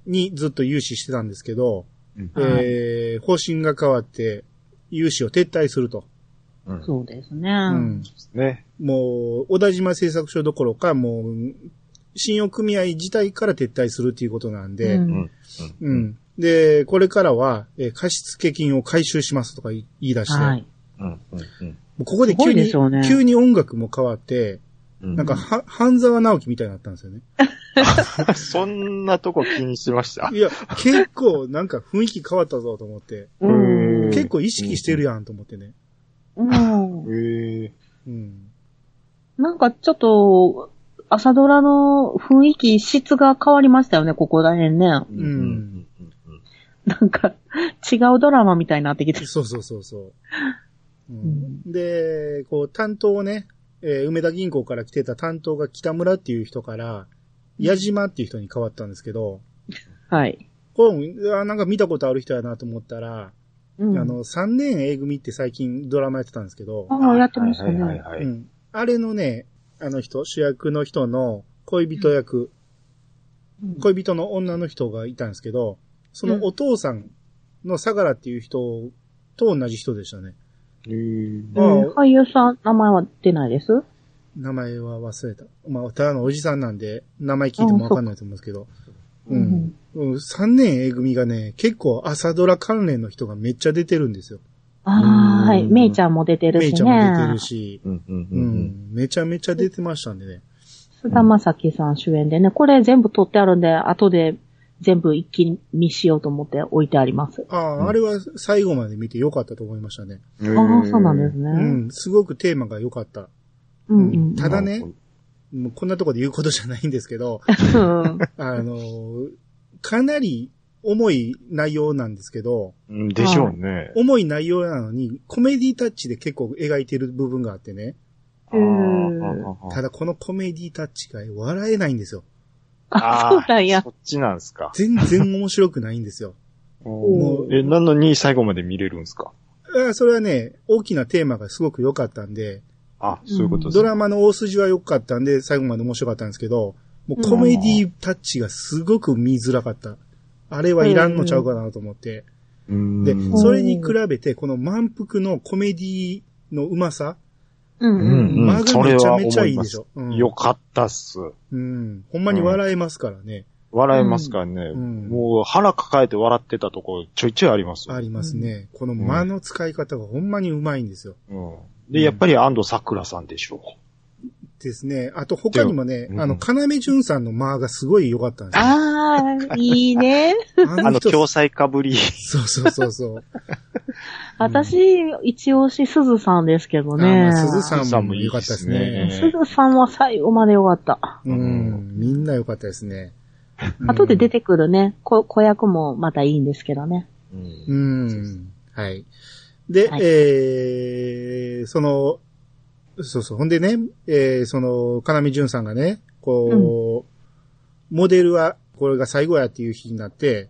A: にずっと融資してたんですけど、
B: うん
C: はい
A: えー、方針が変わって、融資を撤退すると。
B: うんそう
C: そうですね。
A: うん
B: ですね。
A: もう、小田島製作所どころか、もう、信用組合自体から撤退するっていうことなんで、
C: う
A: うん。
C: ん
B: うん
A: で、これからは、えー貸付金を回収しますとか言い言い出して、
C: はい。
B: うんうん
A: もうここです
C: ご
A: 急
C: いで
A: に
C: しょうね
A: 急に音楽も変わって、
B: うん
A: なんかは、半沢直樹みたいになったんですよね。
B: そんなとこ気にしました
A: い。や、結構なんか雰囲気変わったぞと思って、
B: うん
A: 結構意識してるやんと思ってね。
C: うん。
B: え
A: うん。
C: なんかちょっと、朝ドラの雰囲気、質が変わりましたよね、ここら辺ね。
B: うんん
C: なんか、違うドラマみたいになってきて。
A: そうそうそうそう。うんで、こう、担当をね、えー梅田銀行から来てた担当が北村っていう人から、矢島っていう人に変わったんですけど、
C: はい。
A: これあなんか見たことある人やなと思ったら、
C: うん
A: あ、の、3年 A 組って最近ドラマやってたんですけど、
C: ああ、やってました
B: はいはい
C: ね。
B: はいは
A: う
B: い。
A: んあれのね、あの人、主役の人の恋人役、
C: うん
A: 恋人の女の人がいたんですけど、そのお父さんの相良っていう人と同じ人でしたね。
C: え
A: まあ
C: ー俳優さん、名前は出ないです
A: 名前は忘れた。まあ、ただのおじさんなんで、名前聞いてもわかんないと思うんですけど。
C: う
A: うんん。うん、3年 A 組がね、結構朝ドラ関連の人がめっちゃ出てるんですよ。
C: ああ、は
B: う
C: い。
B: ん
C: めいちゃんも出てる
A: メイ
C: し
A: ちゃんも出て
C: ね
A: る。し、
B: うんうん
A: うん、めちゃめちゃ出てましたんでね。
C: 菅田将暉さん主演でね、これ全部撮ってあるんで、後で全部一気に見しようと思って置いてあります。
A: ああ、
B: うん
A: あれは最後まで見てよかったと思いましたね。
B: うんうん。
C: ああ、そうなんですね。
A: う。ん、すごくテーマが良かった。
C: うんうん。
A: ただねもうこんなとこで言うことじゃないんですけど、
C: うん
A: あのーかなり重い内容なんですけど、
B: うん。でしょうね。
A: 重い内容なのに、コメディタッチで結構描いてる部分があってね。
C: うん
B: あー
A: ただこのコメディタッチが笑えないんですよ。
C: あ、そうなんや。
B: そっちなんですか。
A: 全然面白くないんですよ。もう
B: え、なのに最後まで見れるんですか
A: あそれはね、大きなテーマがすごく良かったんで、
B: あ、そういうことです
A: ド
B: ね
A: ラマの大筋は良かったんで、最後まで面白かったんですけど、もうコメディタッチがすごく見づらかった。あれはいらんのちゃうかなと思って。
B: うん
A: で、
B: うん
A: それに比べて、この満腹のコメディのうまさ、
C: うんう
B: うん
C: ん。
A: 間がめちゃめちゃいいでしょ。うん
B: よかったっす。
A: うん。ほんまに笑えますからね。
B: 笑えますからね。
A: うん
B: もう腹抱えて笑ってたとこちょいちょいあります。
A: ありますね。この間の使い方がほんまにうまいんですよ。
B: うん、で、やっぱり安藤桜さんでしょう。
A: ですね。あと他にもね
B: で、も
A: あの、
B: うん
A: 金目淳さんの間がすごい良かったんですよ。
C: ああ、いいね。
B: あの、
A: 人
B: 共済かぶり。
A: そうそうそうそ う。
C: 私、一押し、すずさんですけどね。
A: あ鈴さんも良かったですね。
C: すずさんは最後まで良かった。
A: う
B: うん
A: ん。みんな良かったですね。
C: 後で出てくるね、こ子役もまたいいんですけどね。
B: う
A: う
B: ん
A: ん。はい。で、
C: はい
A: えー、その、そうそう。ほんでね、えー、その、金見淳さんがね、こう、モデルはこれが最後やっていう日になって、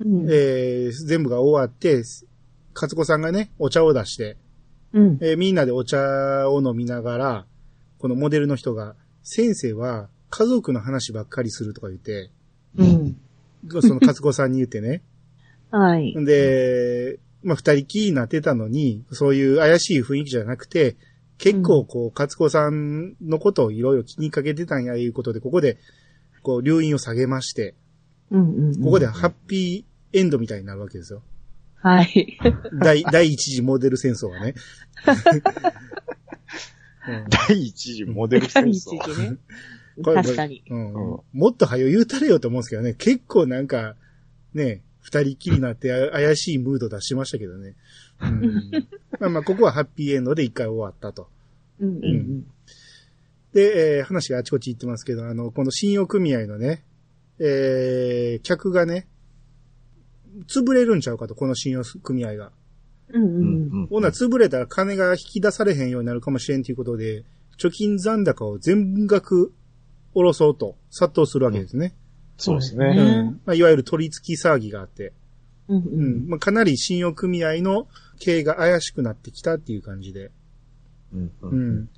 C: うん。
A: えー、全部が終わって、勝子さんがね、お茶を出して、
C: うん。
A: えーみんなでお茶を飲みながら、このモデルの人が、先生は家族の話ばっかりするとか言って、
C: うん。
A: その勝子さんに言ってね。
C: はい。
A: で、まあ、二人きりになってたのに、そういう怪しい雰囲気じゃなくて、結構こう、勝子さんのことをいろいろ気にかけてたんや、いうことで、ここで、こう、留飲を下げまして、
C: うんうんうん。
A: ここでハッピーエンドみたいになるわけですよ。
C: はい。
A: 第、第一次モデル戦争はね。 うん
B: 第一次モデル戦
C: 第一
B: 争。
C: 次ね。
A: これ
C: 確かに。
A: うん
B: うん
A: もっと早よ言うたれよと思うんですけどね、結構なんか、ね、二人きりになってあ怪しいムード出しましたけどね。うん、まあまあ、ここはハッピーエンドで一回終わったと。
C: うんうん
A: で、えー話があちこち行ってますけど、あの、この信用組合のね、えー客がね、潰れるんちゃうかと、この信用組合が。
C: うん。う
B: う
C: んうんうん。
B: ん
A: ほな、潰れたら金が引き出されへんようになるかもしれんということで、貯金残高を全額下ろそうと、殺到するわけですね。
B: そうです
C: う
A: う
C: ね
B: ね。
A: んまあ、いわゆる取り付き騒ぎがあって、
C: うん
A: う
C: うんん。
A: まあ、かなり信用組合の経営が怪しくなってきたっていう感じで。
B: うん
A: う
B: うん
A: ん、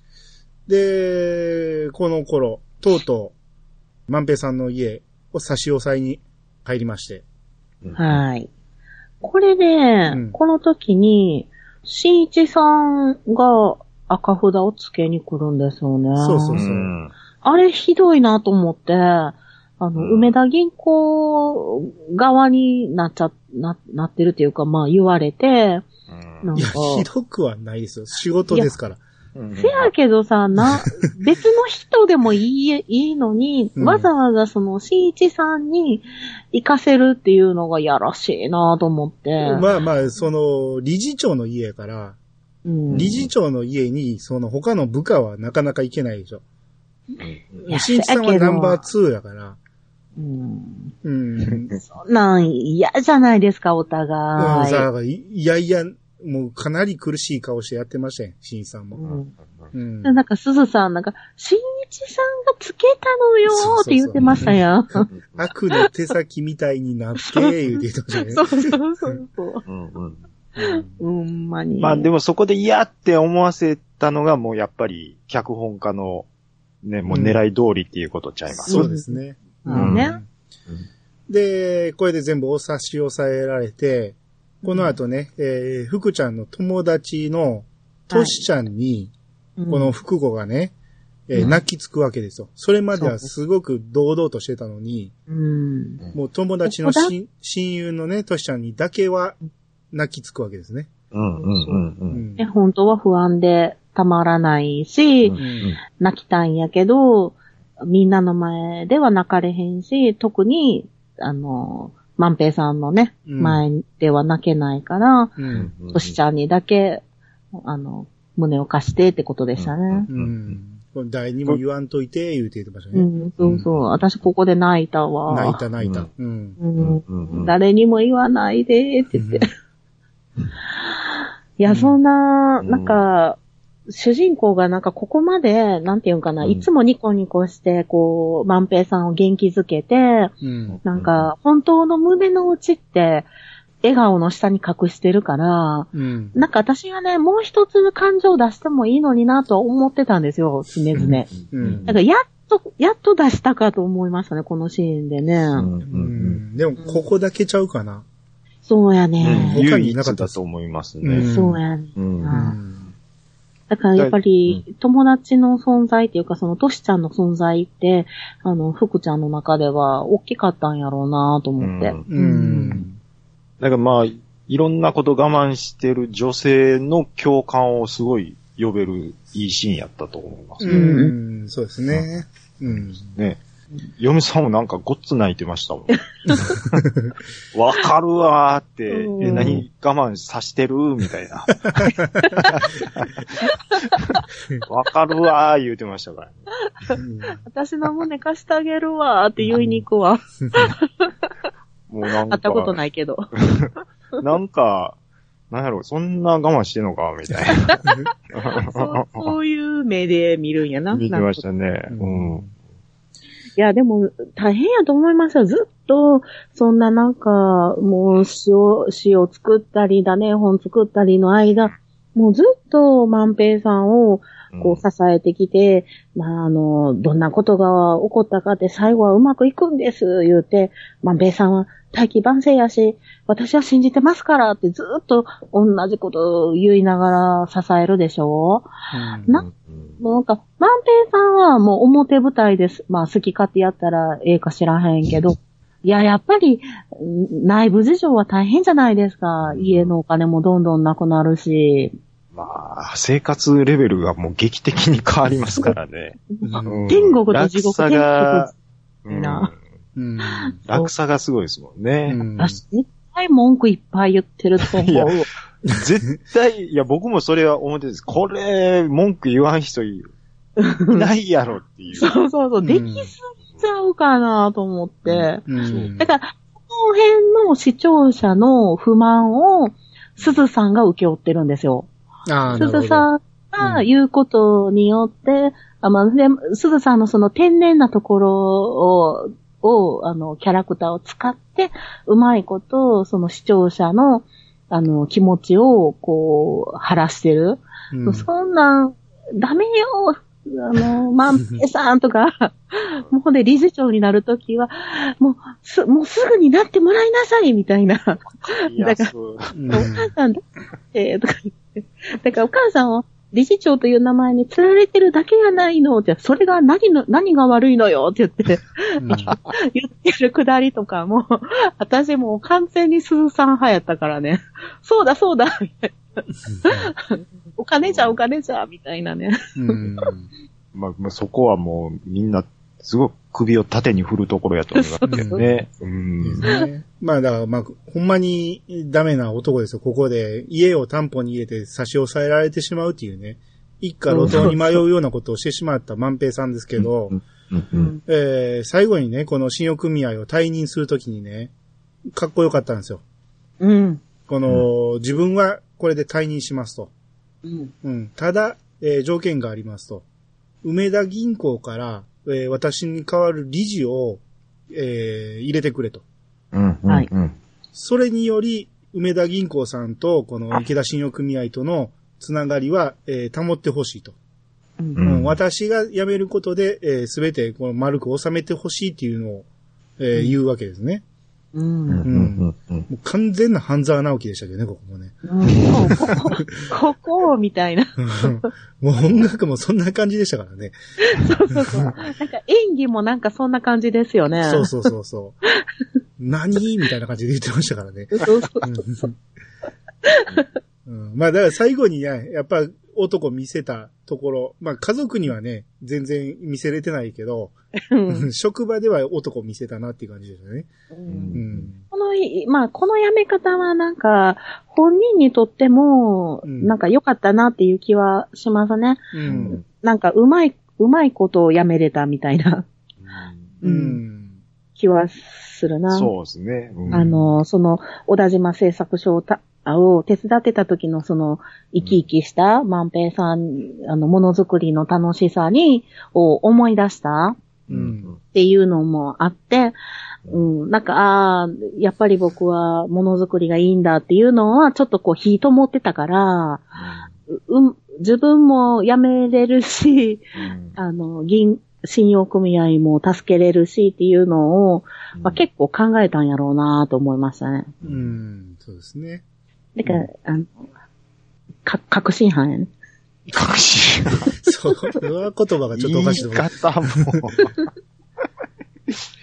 A: で、この頃、とうとう、万平さんの家を差し押さえに入りまして。
C: はい。これね、
A: うん
C: この時に、新一さんが赤札をつけに来るんですよね。
A: そうそううん
C: あれひどいなと思って、あの、
B: うん
C: 梅田銀行側になっちゃ、な、なってるっていうか、まあ言われて、
B: うん
C: なん
A: いや、
C: か、
A: ひどくはないですよ。仕事ですから。
B: うん
C: せやけどさ、な、別の人でもいい、いいのに、
A: うん
C: わざわざその、新一さんに行かせるっていうのがやらしいなと思って。
A: まあまあ、その、理事長の家やから、
C: うん
A: 理事長の家に、その他の部下はなかなか行けないでしょ。
C: いや
A: 新一さん
C: せ
A: は
C: やけど
A: ナンバー2やから。
C: うん
A: うん。
C: そんなん嫌じゃないですか、お
A: うん、
C: 互い。
A: さあ、いいやいや、もうかなり苦しい顔してやってましたよ、新一さん
C: う
A: も。
C: ん
A: うん。
C: なんか、すずさん、なんか、しんいちさんがつけたのよーって言ってましたやん。そう
A: 悪の手先みたいに なって、言うてたじゃね。
C: そうそうそう。
B: うんうん
A: うん
C: うんまに。
B: まあでもそこで嫌って思わせたのがもうやっぱり脚本家のね、もう狙い通りっていうことちゃいます。
A: そうですね。
C: まあね。
A: で、これで全部お差し押さえられて、この後ね、えー、福ちゃんの友達のとしちゃんに、
C: うん
A: この福子がね、えー
C: うん
A: 泣きつくわけですよ。それまではすごく堂々としてたのに、
C: うん。
A: もう友達の親親友のね、としちゃんにだけは泣きつくわけですね。
B: うんうんうんう
A: うんん
C: ね、本当は不安でたまらないし、
B: うんうん
C: 泣きたいんやけど、みんなの前では泣かれへんし、特に、あの、万平さんのね、
A: うん
C: 前では泣けないから、
A: う
B: うん
A: ん。
B: うん。
C: としちゃんにだけ、あの、胸を貸してってことでしたね。
A: うん。これ誰にも言わんといて、言うて言ってましたね。
C: うん、そうそう。私ここで泣いたわ。
A: 泣いた泣いた。うん。
C: う
B: うんんうんうん。
C: 誰にも言わないでって言って。いや、そんな、
B: うん
C: なんか、主人公がなんかここまで、なんていうんかな、
B: うん
C: いつもニコニコして、こう、万平さんを元気づけて、
A: うん。
C: なんか、本当の胸の内って、笑顔の下に隠してるから、
A: うん。
C: なんか私がね、もう一つ感情を出してもいいのになとは思ってたんですよ、常々。なん
A: うん
C: か、やっと、やっと出したかと思いましたね、このシーンでね。
B: うんうん
A: うんでも、ここだけちゃうかな。
C: そうや
B: うん
C: ね。
A: 他
B: 唯
A: にい
B: 一
A: なかった
B: だと思います
A: うん
B: ね。
C: そうやね。
B: うん
A: う
C: うん
A: ん。
C: だからやっぱり、友達の存在っていうか、そのトシちゃんの存在って、あの、福ちゃんの中では大きかったんやろうなと思って。
B: うん
A: うん。
B: だからまあ、いろんなこと我慢してる女性の共感をすごい呼べるいいシーンやったと思います
A: う
B: ね。
A: ん。そうですね。うん。
B: ね嫁さんもなんかごっつ泣いてましたもん。わかるわーって、
C: うん
B: え、何我慢さしてるみたい な。わかるわー言うてましたからね。
C: 私の胸貸してあげるわーって言いに行くわ。
B: もうなん
C: 会ったこと
B: か、
C: ないけど。
B: なんか、なんやろ、そんな我慢してんのかみたいな。
C: そうそういう目で見るんやな。
B: 見てましたね。
A: う
B: うん。
A: ん。
C: いや、でも、大変やと思いますよ。ずっと、そんななんか、もう、詩を、詩を作ったりだね、本作ったりの間、もうずっと万平さんを、こう、支えてきて、まあ、あの、どんなことが起こったかって最後はうまくいくんです、言うて、万平さんは大器晩成やし、私は信じてますからってずっと同じことを言いながら支えるでしょ
A: うん
C: なもうなんか、万平さんはもう表舞台です。まあ、好き勝手やったらええか知らへんけど。いや、やっぱり、ん内部事情は大変じゃないですか。家のお金もどんどんなくなるし。
B: まあ、生活レベルがもう劇的に変わりますからね。
A: うん
C: 天国と地
B: 落
C: 獄
B: 差が、
C: 天国と地獄な
A: うん。
B: うん落差がすごいですもん
A: う
B: ね。
A: ん
C: 私、絶対文句いっぱい言ってると思
B: いうや。絶対、いや、僕もそれは思ってるんです。これ、文句言わん人いないやろっていう。
C: そうそうそう、できすぎちゃうかなと思って。
A: うん
C: だから、この辺の視聴者の不満を、鈴さんが請け負ってるんですよ。
A: ああ、なる
C: 鈴
A: ほど。
C: さんが言うことによって、あまあ、で、鈴さんのその天然なところを、を、あの、キャラクターを使って、うまいこと、その視聴者の、あの、気持ちを、こう、晴らしてる。
A: うん
C: そんなん、ダメよあの、 万平さんとか、もうね、理事長になるときは、もう、す、もうすぐになってもらいなさい、みたいな。
B: いや、そう。
A: うん
C: お母 さんだって、とか言って。だからお母さんを理事長という名前に釣られてるだけやないのって、それが何の、何が悪いのよって言って、 言ってるくだりとかも、私もう完全に鈴さん派やったからね。そうだそうだ、みたいなお金じゃお金じゃ、みたいなね。
A: うん
B: まあ、まあ、そこはもう、みんな、すごく首を縦に振るところやと思いますけどね。う
A: です
B: ん。
A: ね。まあだから、まあ、ほんまにダメな男ですよ。ここで家を担保に入れて差し押さえられてしまうっていうね。一家路頭に迷うようなことをしてしまった万平さんですけど、
B: うんうん
A: えー最後にね、この信用組合を退任するときにね、かっこよかったんですよ。
C: うん。
A: この、自分はこれで退任しますと。
C: うん。
A: うん。ただ、えー条件がありますと。梅田銀行から、えー私に代わる理事を、えー入れてくれと。
B: うんうん
C: はい
B: うん
A: それにより、梅田銀行さんと、この池田信用組合とのつながりは、えー保ってほしいと。
C: う。
B: うん
A: うんん、私が辞めることで、す、べ、てこの丸く収めてほしいっていうのを、えー
C: うん
A: 言うわけですね。
C: うん。
B: うんうんうん
A: もう完全な半沢直樹でしたけどね、ここ もね。
C: うんここ、ここ、みたいな。
A: もう音楽もそんな感じでしたからね。
C: そうそうそう。なんか演技もなんかそんな感じですよね。
A: そうそうそうそう。何みたいな感じで言ってましたからね。
C: そうそう。
A: うん、まあだから最後にね、やっぱ男見せたところ、まあ家族にはね、全然見せれてないけど、
C: う ん
A: 職場では男見せたなっていう感じですよね。
C: うん
A: うん。
C: このい、まあ、このやめ方はなんか、本人にとっても、
A: うん
C: なんか良かったなっていう気はしますね。
A: うん。
C: なんか、うまい、うまいことをやめれたみたいな
A: う。
C: うん気はするな。
B: そうですね。うん
C: あの、その、小田島製作所をた、を手伝ってた時のその、生き生きした万平さん、あの、ものづくりの楽しさに、を思い出した。
A: うん
C: っていうのもあって、うん、なんか、ああ、やっぱり僕はものづくりがいいんだっていうのは、ちょっとこう、火と思ってたから、う、うん自分も辞めれるし、
B: う ん
C: あの、銀、信用組合も助けれるしっていうのを、まあ、結構考えたんやろうなと思いましたね。
A: う。ん、そうですね。
C: だから、あの、か、確信犯やね。
B: 隠し。
A: そう、それは言葉がちょっとおかしいと思う。
B: 言い方も。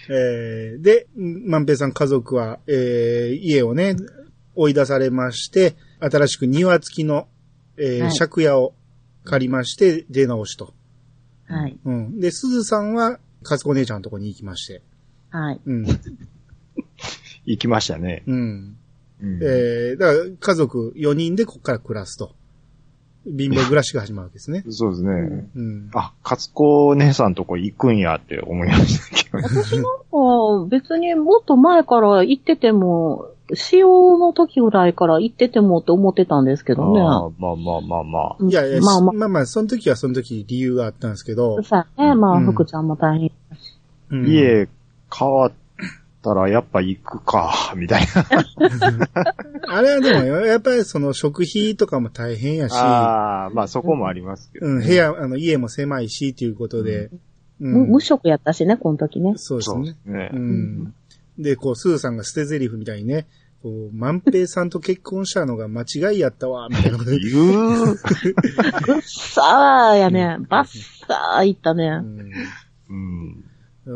A: えーで、万平さん家族は、えー家をね、追い出されまして、新しく庭付きの、えー
C: はい
A: 借家を借りまして、出直しと。
C: はい。
A: うん。で、鈴さんは、かつこ姉ちゃんのとこに行きまして。
C: はい。
A: うん。
B: 行きましたね。
A: うん。
B: うん
A: えーだから、家族4人でここから暮らすと。貧乏暮らしが始まるわけです ね。
B: そうですね
C: ん。
A: うん。
B: あ、かつこ姉さんとこ行くんやって思いましたけど。
C: ああ、別にもっと前から行ってても、潮の時ぐらいから行っててもって思ってたんですけどね。
B: あーまあまあまあまあ。
C: うん
A: いやいや、
C: まあま
A: まあまあ、その時はその時理由があったんですけど
C: あ、。さあね、ま
A: う
C: あ、
A: ん
C: 福ちゃんも大変。
A: うん、
B: 家変わったらやっぱ行くか、みたいな。
A: あれはでも、やっぱりその食費とかも大変やし、
B: ああ、まあそこもありますけど。
A: うん、部屋、あの、家も狭いし、ということで、うん
C: む無職やったしね、この時ね。
A: そうです
B: そうで
A: ね。
B: すね
A: う。ん。で、こう、スーさんが捨て台詞みたいにね、こう、万平さんと結婚したのが間違いやったわ、み たいなことで。
B: 言う。
C: ぐっさーやね
A: う、ん
C: バッサー行ったね。
B: うん。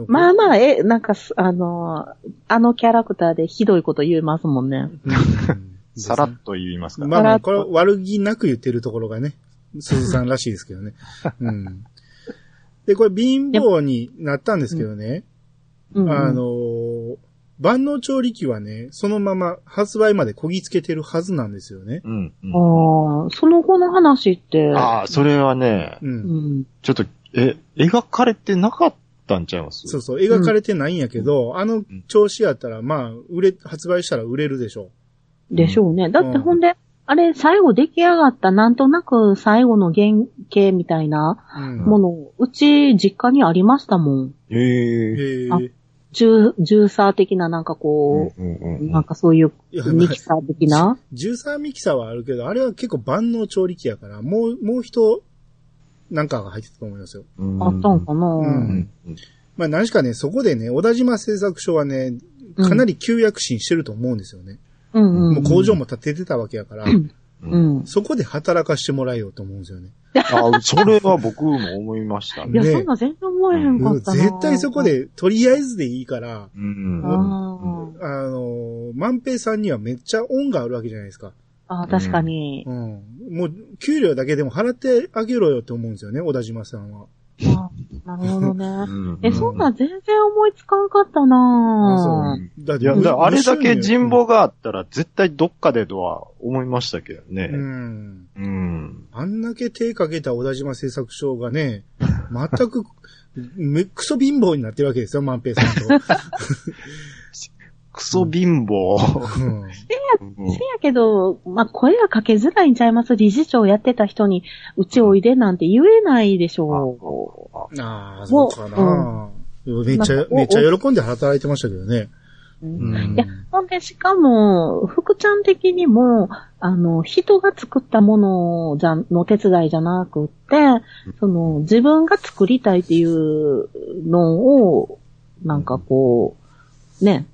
C: まあ
A: あ。
C: まあ、え、なんかす、あのー、あのキャラクターでひどいこと言いますもんね。
A: うん
B: さらっと言いますから。
A: まあまあ、これ悪気なく言ってるところがね、鈴さんらしいですけどね。うん。で、これ貧乏になったんですけどね、
C: うん、うん。
A: あのー万能調理器はね、そのまま発売までこぎつけてるはずなんですよね。
B: うん。うん
C: あーその後の話って、
B: ああ、それはね、
A: う。
C: うんん。
B: ちょっと、え、描かれてなかったんちゃいます
A: そうそう、描かれてないんやけど、あの調子やったら、まあ、売れ、発売したら売れるでしょ
C: でしょうね。だってほんで、あれ、最後出来上がった、なんとなく最後の原型みたいな
A: う。うん。
C: もの、うち実家にありましたもん。
B: ええ。
A: へえ
C: あジュジューサー的ななんかこ
B: うんうん
C: う、
B: うん
C: なんかそういう
A: いや
C: ミキサー的な。
A: ジューサーミキサーはあるけど、あれは結構万能調理器やから、もう、もう人、なんかが入ってたと思いますよ。
B: うん
C: あったんかな、
A: う
B: うんん
A: まあ、何しかね、そこでね、小田島製作所はね、かなり急躍進してると思うんですよね。
C: うんうん、
A: もう工場も建ててたわけやから、
C: うん。
A: そこで働かしてもらえようと思うんですよね。
B: あ、それは僕も思いました
C: いや、
B: ね。
A: ね
C: そんな全然思えへんかったな、
A: 絶対そこ。で、とりあえずでいいから、
B: うん
C: あ
B: うん
C: ー
A: あのー、万平さんにはめっちゃ恩があるわけじゃないですか。
C: あー、確かに。
A: うん。もう、給料だけでも払ってあげろよって思うんですよね、小田島さんは。
C: あーなるほどね。
B: うん
C: え、そんなん全然思いつかんかったなぁ。
A: そうだっ
B: い
A: て
B: や、だからあれだけ
A: 無収入
B: 人望があったら絶対どっかでとは思いましたけどね
A: う。ん。
B: うん。
A: あんだけ手かけた小田島製作所がね、全く、めクソ貧乏になってるわけですよ、万平さ んと。
B: クソ貧乏。
A: うん
B: うん
C: せやけど、まあ、声がかけづらいんちゃいます理事長やってた人に、うちおいでなんて言えないでしょ
A: ああ、そうかな
C: も。
A: めっち
C: な
A: ゃ
C: ん、か
A: めっちゃ喜んで働いてましたけどね。
C: う。
A: う
C: う
A: んん
C: いや、ほんで、しかも、福ちゃん的にも、あの、人が作ったものじゃ、の手伝いじゃなくって、その、自分が作りたいっていうのを、なんかこう、ね、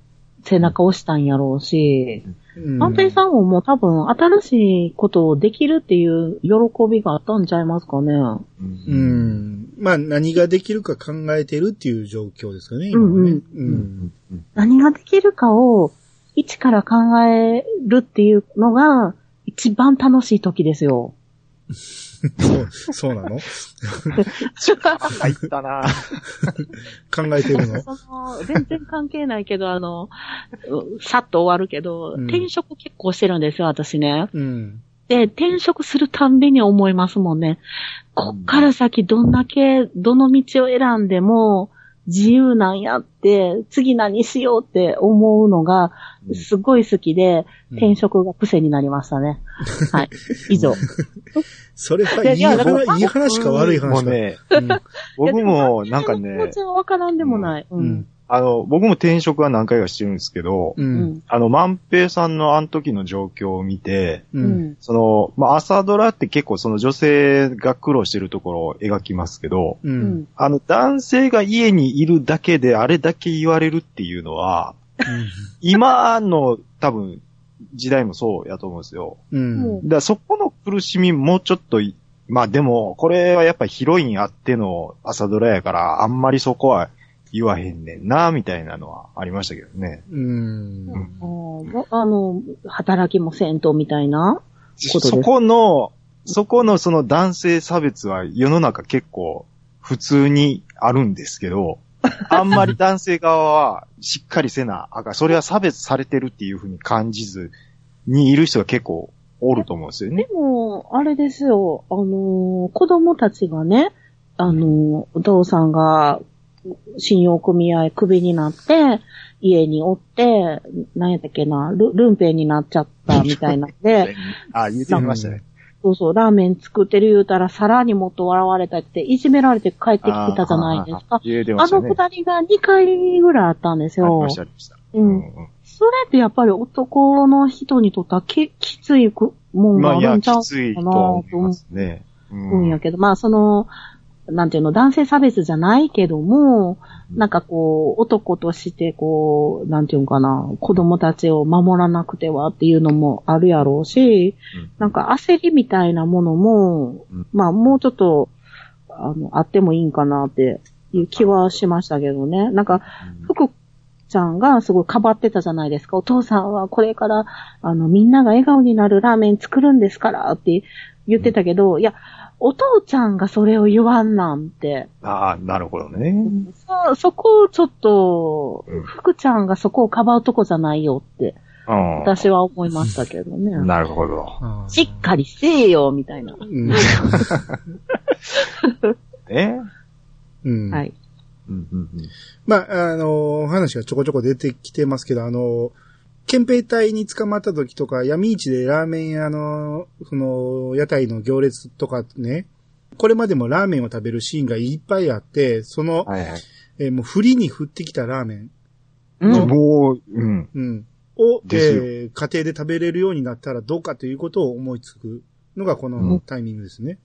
C: 背中押したんやろうし、
A: うん
C: 安定さんももう多分新しいことをできるっていう喜びがあったんちゃいますかね。
A: う。ん。まあ、何ができるか考えてるっていう状況ですよね、今はね。う。
B: うんんうん
C: 何ができるかを一から考えるっていうのが一番楽しい時ですよ。
A: そう、そうなの
B: 入ったな
A: 考えて るの
C: その全然関係ないけど、あの、うさっと終わるけど、
A: うん
C: 転職結構してるんですよ、私ね。
A: うん。
C: で、転職するたんびに思いますもんね。こっから先どんだけ、どの道を選んでも自由なんやって、次何しようって思うのが
B: うん
C: すごい好きで、
A: うん
C: 転職が癖になりましたね。はい。以上。
A: それは
C: や
A: いい
C: いやだから
A: 話、いい話か悪い話か。
B: もうね、
A: うん
B: 僕もなんかね
C: 気持、ちはわからんでもない。う
A: うん
C: ん。
B: あの、僕も転職は何回かしてるんですけど、
A: う。
C: うんん。
B: あの、万平さんのあの時の状況を見て、
A: う。
C: うんん。
B: その、まあ、朝ドラって結構その女性が苦労してるところを描きますけど、
A: う。
C: うんん。
B: あの、男性が家にいるだけであれだけ言われるっていうのは、今の多分、時代もそうやと思うんですよ。
A: うん。
B: だからそこの苦しみもうちょっとい、まあでも、これはやっぱヒロインあっての朝ドラやから、あんまりそこは言わへんねんな、みたいなのはありましたけどね。
A: うん。
C: ああの、働きもせんとみたいな。
B: そこの、そこのその男性差別は世の中結構普通にあるんですけ ど、あんまり男性側はしっかりせなあかん。それは差別されてるっていうふうに感じずにいる人が結構おると思うんですよね
C: で。も、あれですよ、あのー、子供たちがね、あのー、お父さんが信用組合クビになって、家におって、なんやったっけな、ルルンペイになっちゃったみたいなんで、
B: あ、言ってみましたね。
C: そうそう、ラーメン作ってる言うたら、皿にもっと笑われたって、いじめられて帰ってきてたじゃないです
B: あ
C: か
B: ー。言うて
C: あ
B: ました
C: の
B: ね。
C: くだりが2回ぐらいあったんです
B: あり
C: よ
B: まし。た、ありました。
C: う
B: うんう
C: ん。
B: ん
C: それってやっぱり男の人にとってはききついくもん
B: ま
C: が
B: あ、
C: あ
B: い
C: る
B: や、
C: んちゃう
B: き
C: か
B: ついと
C: な
B: は思
C: と
B: い
C: 思
B: ますね。う
C: うん
B: ん
C: やけど、まあその、なんていうの、男性差別じゃないけども、なんかこう、男としてこう、なんていうんかな、子供たちを守らなくてはっていうのもあるやろうし、なんか焦りみたいなものも、
B: うん
C: まあもうちょっと、あの、あってもいいんかなっていう気はしましたけどね。なんか、福ちゃんがすごいかばってたじゃないですか。お父さんはこれから、あの、みんなが笑顔になるラーメン作るんですからって言ってたけど、いや、お父ちゃんがそれを言わんなんて。
B: ああ、なるほどね。
C: そ、そこをちょっと
B: うん、
C: 福ちゃんがそこをかばうとこじゃないよって、
B: うん
C: 私は思いましたけどね。
B: なるほど。
A: あー
C: しっかりせえよ、みたいな。
A: うん
B: え
A: うん。
C: はい。
B: うんうんうん
A: まあ、あのー話がちょこちょこ出てきてますけど、あのー憲兵隊に捕まった時とか、闇市でラーメン屋の、その、屋台の行列とかね、これまでもラーメンを食べるシーンがいっぱいあって、その、
B: はいはい。
A: えーもう振りに振ってきたラーメン、
C: うん。
B: もう、うん。
A: うん、を、え
B: ですよ
A: ー家庭で食べれるようになったらどうかということを思いつくのがこ
B: う
A: の
B: ん
A: タイミングですね。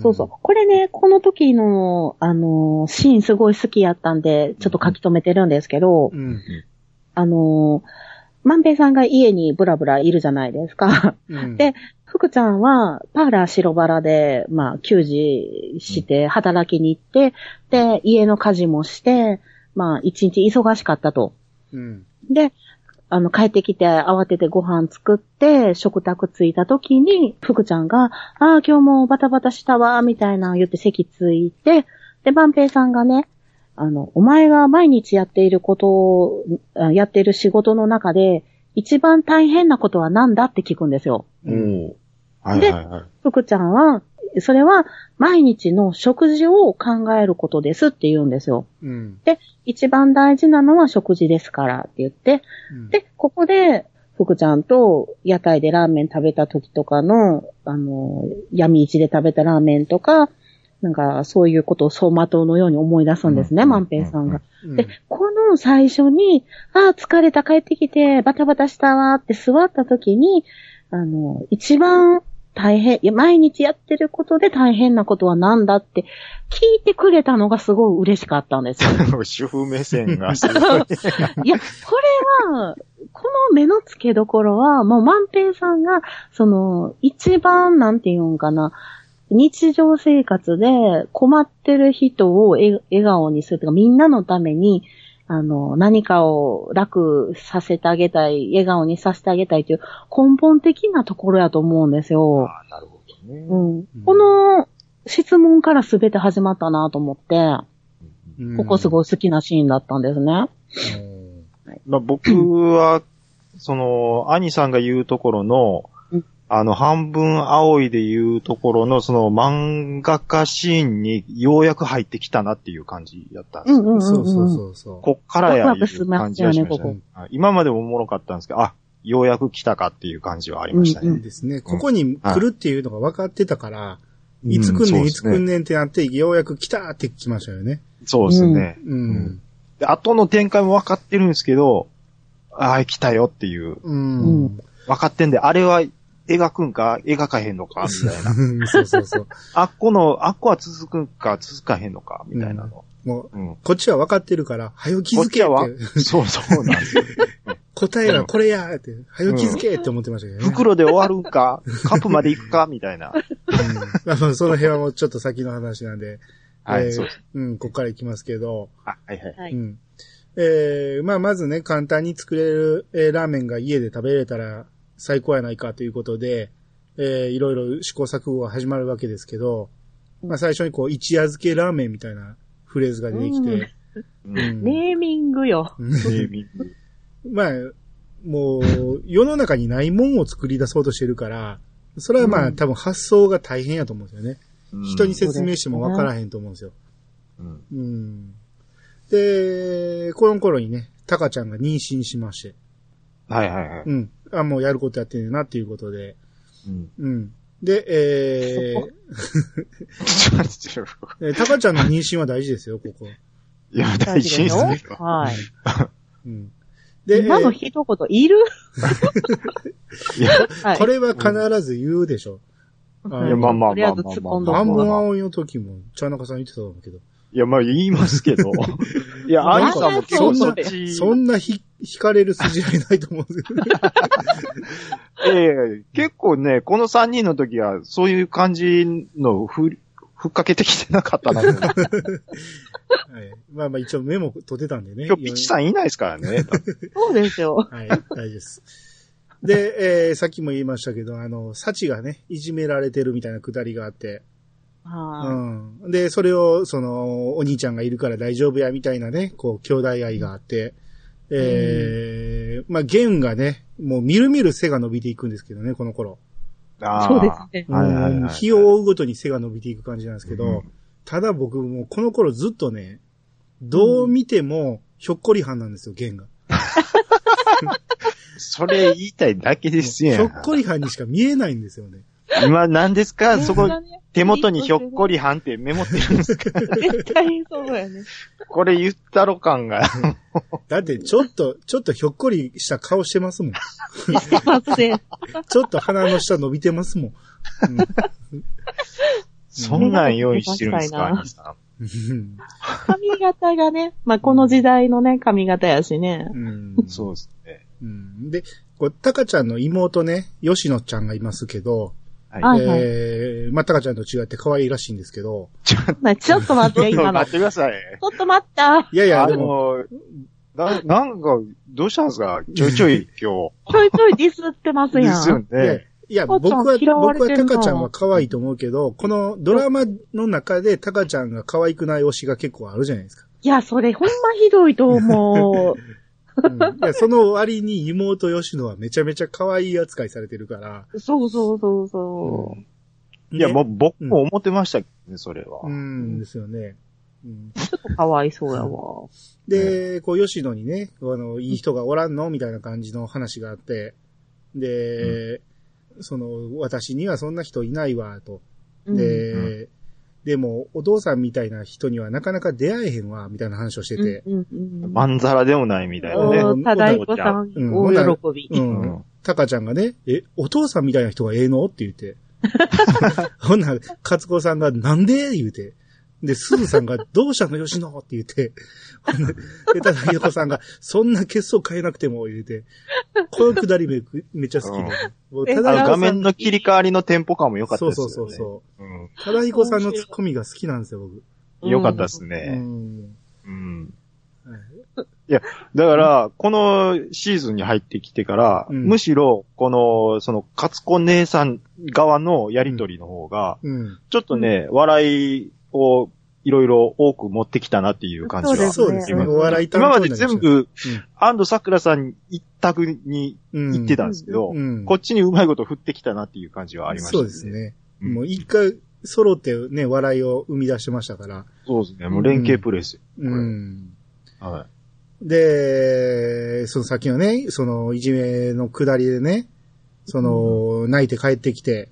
C: そうそう。これね、この時の、あの、シーンすごい好きやったんで、ちょっと書き留めてるんですけど、
A: うん。うん。
C: あの、万平さんが家にブラブラいるじゃないですか。
A: うん、
C: で福ちゃんは、パーラー白バラで、まあ、給仕して、働きに行って、で、家の家事もして、まあ、一日忙しかったと。
A: うん。
C: で、あの、帰ってきて慌ててご飯作って、食卓着いた時に、福ちゃんが、ああ、今日もバタバタしたわ、みたいなの言って席着いて、で、万平さんがね、あの、お前が毎日やっていることを、あやっている仕事の中で、一番大変なことは何だって聞くんですよ。
A: うん。
B: おはいはいはい。
C: 福ちゃんは、それは毎日の食事を考えることですって言うんですよ。
A: うん。
C: 一番大事なのは食事ですからって言って、
A: うん、
C: で、ここで、福ちゃんと屋台でラーメン食べた時とかの、あの、闇市で食べたラーメンとか、なんか、そういうことを走馬灯のように思い出すんですね、
B: うん
C: 万平さんが。
A: うん、
C: で、この最初に、ああ、疲れた、帰ってきて、バタバタしたわーって座った時に、あの、一番大変、いや、毎日やってることで大変なことは何だって聞いてくれたのがすごい嬉しかったんですよ。
B: 主婦目線がすごい。
C: いや、これは、この目の付けどころは、もう万平さんが、その、一番、なんていうんかな、日常生活で困ってる人をえ笑顔にするとか、みんなのために、あの、何かを楽させてあげたい、笑顔にさせてあげたいという根本的なところやと思うんですよ。
B: あなるほど
C: う
B: ね。
C: ん、この質問から全て始まったなと思って、
A: うん
C: ここすごい好きなシーンだったんですね。
A: うん
B: まあ僕は、その、兄さんが言うところの
C: うん、
B: あの、半分青いで言うところの、その漫画家シーンにようやく入ってきたなっていう感じだったんです
C: う
B: よ
C: んうんうん、うん。
A: そうそうそうそう。
B: こっからや
C: ワ
B: い
C: ク
B: う
C: ワクしま
B: 感
C: す
B: じ
C: よ
B: が
C: ね
B: しましたね。はい今までもおもろかったんですけど、あ、ようやく来たかっていう感じはありましたね。
C: うんうん
A: ですね。ここに来るっていうのが分かってたから、
B: うん
A: いつ来んねん、いつ
B: そうですね
A: 来んねんってなって、ようやく来たって来ましたよね。
B: そうですね。
A: うん。
B: で後の展開も分かってるんですけど、ああ、来たよっていう。
A: うん。
C: う
B: 分かってんで、あれは描くんか描かへんのかみたい な。
A: そうそうそう。
B: あっこの、あっこは続くんか続かへんのかみたいなの。
A: もう、
B: うん。
A: こっちは分かってるから、早よ気づけ
B: こっ
A: っ
B: ち
A: て。
B: はそうそうなんですよ。
A: 答えはこれやって、早よ気づけって思ってましたけどね。
B: 袋で終わるんかカップまで行くかみたいな。
A: うんまあまあその辺はもうちょっと先の話なんで、
B: は
A: えー
B: い、そうです。
A: うん、ここから行きますけど、
B: あはいはい。
C: は
A: う
C: い。
A: ん。えーまあまずね、簡単に作れる、えーラーメンが家で食べれたら最高やないかということで、えーいろいろ試行錯誤が始まるわけですけど、まあ最初にこう、一夜漬けラーメンみたいなフレーズが出てきて、
B: うん
A: うん
C: ネーミングよ。
B: でみ
A: まあ、もう、世の中にないもんを作り出そうとしてるから、それはまあ、
C: うん
A: 多分発想が大変やと思うんですよね。
B: うん
A: 人に説明してもわからへんと思うんですよ。
B: うん
A: うん。で、この頃にね、タカちゃんが妊娠しまして、
B: はいはいはい。
A: うん。あ、もうやることやってんねんなっていうことで、
B: うん。
A: うん。で、え
B: ちょっと待って
A: ーえー、タカちゃんの妊娠は大事ですよ、ここ。
B: いや、大事ですね。
C: はい。
A: うん。で、
C: 今の
A: えー
C: 一言いる
B: いや、
C: はい
A: これは必ず言うでしょ。
B: いやまあまあ
C: とりあ
B: ま
C: え
B: あ
C: ず突っ込んどこ
B: まあ
A: 半
B: まあ
A: 分
B: まあ
A: 青いの時も、茶中さん言ってたと思うけど。
B: いや、まあ言いますけど。いや、
A: な
B: あ
A: ん
B: い
A: か
B: さんも結構そっち。
A: そんなひ、惹かれる筋合いないと思うんですけど。
B: ええ結構ね、この3人の時は、そういう感じのふ、ふっかけてきてなかったなと思って。
A: はい。まあまあ一応メモ取ってたんでね。
B: 今日、ピッチさんいないですからね。
C: そうですよ。
A: はい、大事です。で、えーさっきも言いましたけど、あの、サチがね、いじめられてるみたいなくだりがあって、う
C: は
A: ん。で、それを、その、お兄ちゃんがいるから大丈夫や、みたいなね、こう、兄弟愛があって、えーまあ、ゲンがね、もうみるみる背が伸びていくんですけどね、この頃。
B: あ
C: い。
B: ー
C: そうですね。
B: はいはいはい
A: うん日を追うごとに背が伸びていく感じなんですけど、
B: うん
A: ただ僕もうこの頃ずっとね、どう見てもひょっこりはんなんですよ、ゲンが。
B: それ言いたいだけです
A: ひょ
B: や
A: っこりはんにしか見えないんですよね。
B: 今何ですかそこ、
C: 絶
B: 手元にひょっこりはんってメモってるんですか
C: 対そうやね。
B: これ言ったろ感が。
A: だってちょっと、ちょっとひょっこりした顔してますもん。
C: してません。
A: ちょっと鼻の下伸びてますもん。
B: そんなん用意してるんですか
C: うん
B: 兄さ
A: うん
C: 髪型がね、まあ、この時代のね、髪型やしね。
A: うん
B: ん。そうですね。
A: うんで、こう、タカちゃんの妹ね、吉野ちゃんがいますけど、
C: は
B: はい。
C: いはい。
A: えー、まあ、タカちゃんと違って可愛いらしいんですけど、
C: まあちょっと待って、
B: ちょっと
C: 今 の。
B: 待
C: ち
B: ってください。
C: ょっと待った。
A: いやいや、
B: あ
A: でも、
B: の、な、なんか、どうしたんですかちょいちょい今
C: ちょいちょいディスってま
B: 日。
C: す
B: で
C: や
B: すよ
C: ん。
A: いや
B: ね。
A: いや、
C: タカ
A: 僕
C: ちゃん
A: は、
C: 嫌われ
A: 僕
C: て
A: は
C: んな
A: タカちゃんは可愛いと思うけど、このドラマの中でタカちゃんが可愛くない推しが結構あるじゃないです か。
C: いや、それほんまひどいと思う。
A: うん、いやその割に妹吉野はめちゃめちゃ可愛い扱いされてるから。
C: そうそうそうそ
B: いや、
A: ね
B: もう僕も思ってましたけどね、それは。
A: うん、ですよね。うん、
C: う。ちょっとかわいそうやわ。
A: で、こう、吉野にね、あの、いい人がおらんのみたいな感じの話があって、で、その、私にはそんな人いないわ、と。
C: うん
A: で、
B: う
A: でも、お父さんみたいな人にはなかなか出会えへんわ、みたいな話をしてて。
C: うんうんうん
B: まんざらでもないみたいなね。
A: う
C: お
A: ん
C: ーただいこさん、
A: うん
C: 大喜び。
A: う
B: うん
A: ん。タカちゃんがね、え、お父さんみたいな人がええのって言って。ほんなら、カツコさんがなんで言うて。で、スズさんがどうしたの吉野って言って。ほんで、でただひよこさんがそんな結束変えなくても言うて。このくだりめめっちゃ好きで。もう
C: え
A: た
B: あ
A: だ
B: の
A: ひ
B: 画面の切り替わりのテンポ感も良かった
A: そ
B: で
A: う
B: す
A: そう
B: よね。
A: そうそう
B: うん
A: う。ただひこさんのツッコミが好きなんですよ、僕。
B: 良かったです
A: う
B: ね。
A: ん。
B: うん
A: はい
B: だから、このシーズンに入ってきてから、
A: うん
B: むしろ、この、その、カツコ姉さん側のやりとりの方が、
A: うん。
B: ちょっとね、笑いをいろいろ多く持ってきたなっていう感じは。
C: そうですね
A: そうですね。
B: 今
A: お笑い担
B: 今
A: 当
B: ま
A: になりし
B: で
A: た
B: 全、部、安藤桜さん一択に
A: うん
B: 行ってたんですけど、
A: うん。
B: こっちにうまいこと振ってきたなっていう感じはありました、
A: そうです。ね。
B: うん
A: もう一回揃ってね、笑いを生み出してましたから。
B: そうですね。もう連携プレス。
A: うん。
B: はい。
A: で、その先のね、そのいじめの下りでね、その、泣いて帰ってきて、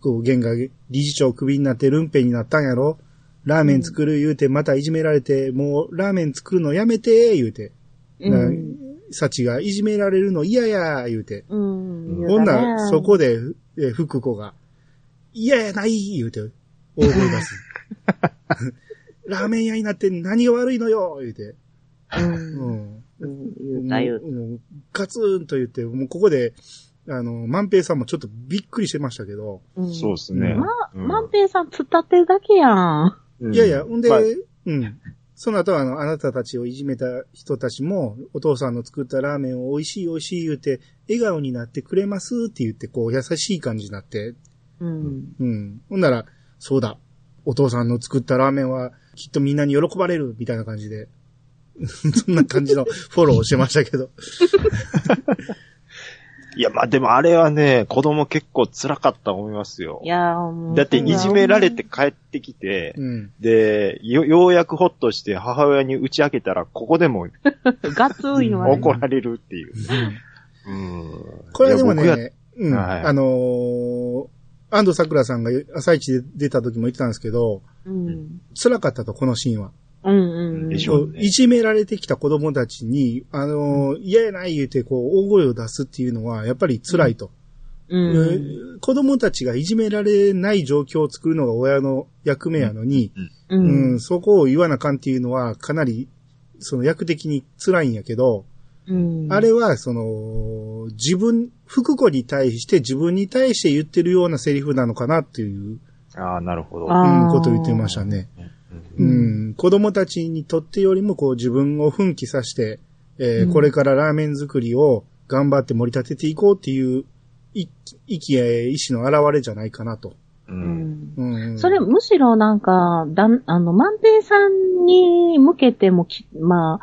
A: こう、ゲンが理事長クビになってルンペになったんやろラーメン作る言うて、またいじめられて、もうラーメン作るのやめて、言うて。
C: う。
A: なんサチがいじめられるの嫌や、言うて。
C: うん。
A: ほんなら、そこ
C: で。
A: で、えー福子が、嫌やない、言うて、大声出す。ラーメン屋になって何が悪いのよ、言うて。
C: うん
A: うん。
C: うん言うた言う
A: もうもうガツンと言って、もうここで、あの、万平さんもちょっとびっくりしてましたけど、
C: た。ん
B: そうですね。
A: ま
B: うん
C: 万平さん突っ立ってるだけやん。
B: うん
A: いやいや、んで、
B: まあ
A: うん。その後は、あの、あなたたちをいじめた人たちも、お父さんの作ったラーメンを美味しい美味しい言うて、笑顔になってくれますって言って、こう、優しい感じになって、
C: うん。
A: うん。ほんなら、そうだ。お父さんの作ったラーメンは、きっとみんなに喜ばれる、みたいな感じで。 そんな感じのフォローをしてましたけど。
B: いや、まあでもあれはね、子供結構辛かった思いますよ
C: い。やーもう
B: だっていじめられて。帰ってきて、
A: うん。
B: で、よ、ようやくほっとして母親に打ち明けたら、ここでも
C: ガツン言われる
B: 怒られるっていう。うん
A: これはでも
B: いや僕や
A: ね、うん。
B: はい
A: あのー安藤桜さんが朝一で出た時も言ってたんですけど、
C: うん。
A: 辛かったと、このシーンは。
C: うんうん。
B: でしょ
C: ょ。
B: うね
A: いじめられてきた子供たちに、あのー嫌やない言うて、こう、大声を出すっていうのは、やっぱり辛いと。
C: うん。
A: うん子供たちがいじめられない状況を作るのが親の役目やのに、
C: う。
A: うんん、そこを言わなあかんっていうのは、かなり、その役的に辛いんやけど、
C: うん。
A: あれは、その、自分、福子に対して自分に対して言ってるようなセリフなのかなっていう、
B: ああ、なるほど。
C: あ
A: うん
C: ー
A: ことを言ってましたね。
B: うん
A: うん、子供たちにとってよりも、こう自分を奮起させて、えー
C: うん
A: これからラーメン作りを頑張って盛り立てていこうっていう、い意気や意志の表れじゃないかなと。
B: う
C: うんん。
A: うん、
C: それ、むしろなんか、だん、あの、万平さんに向けてもき、ま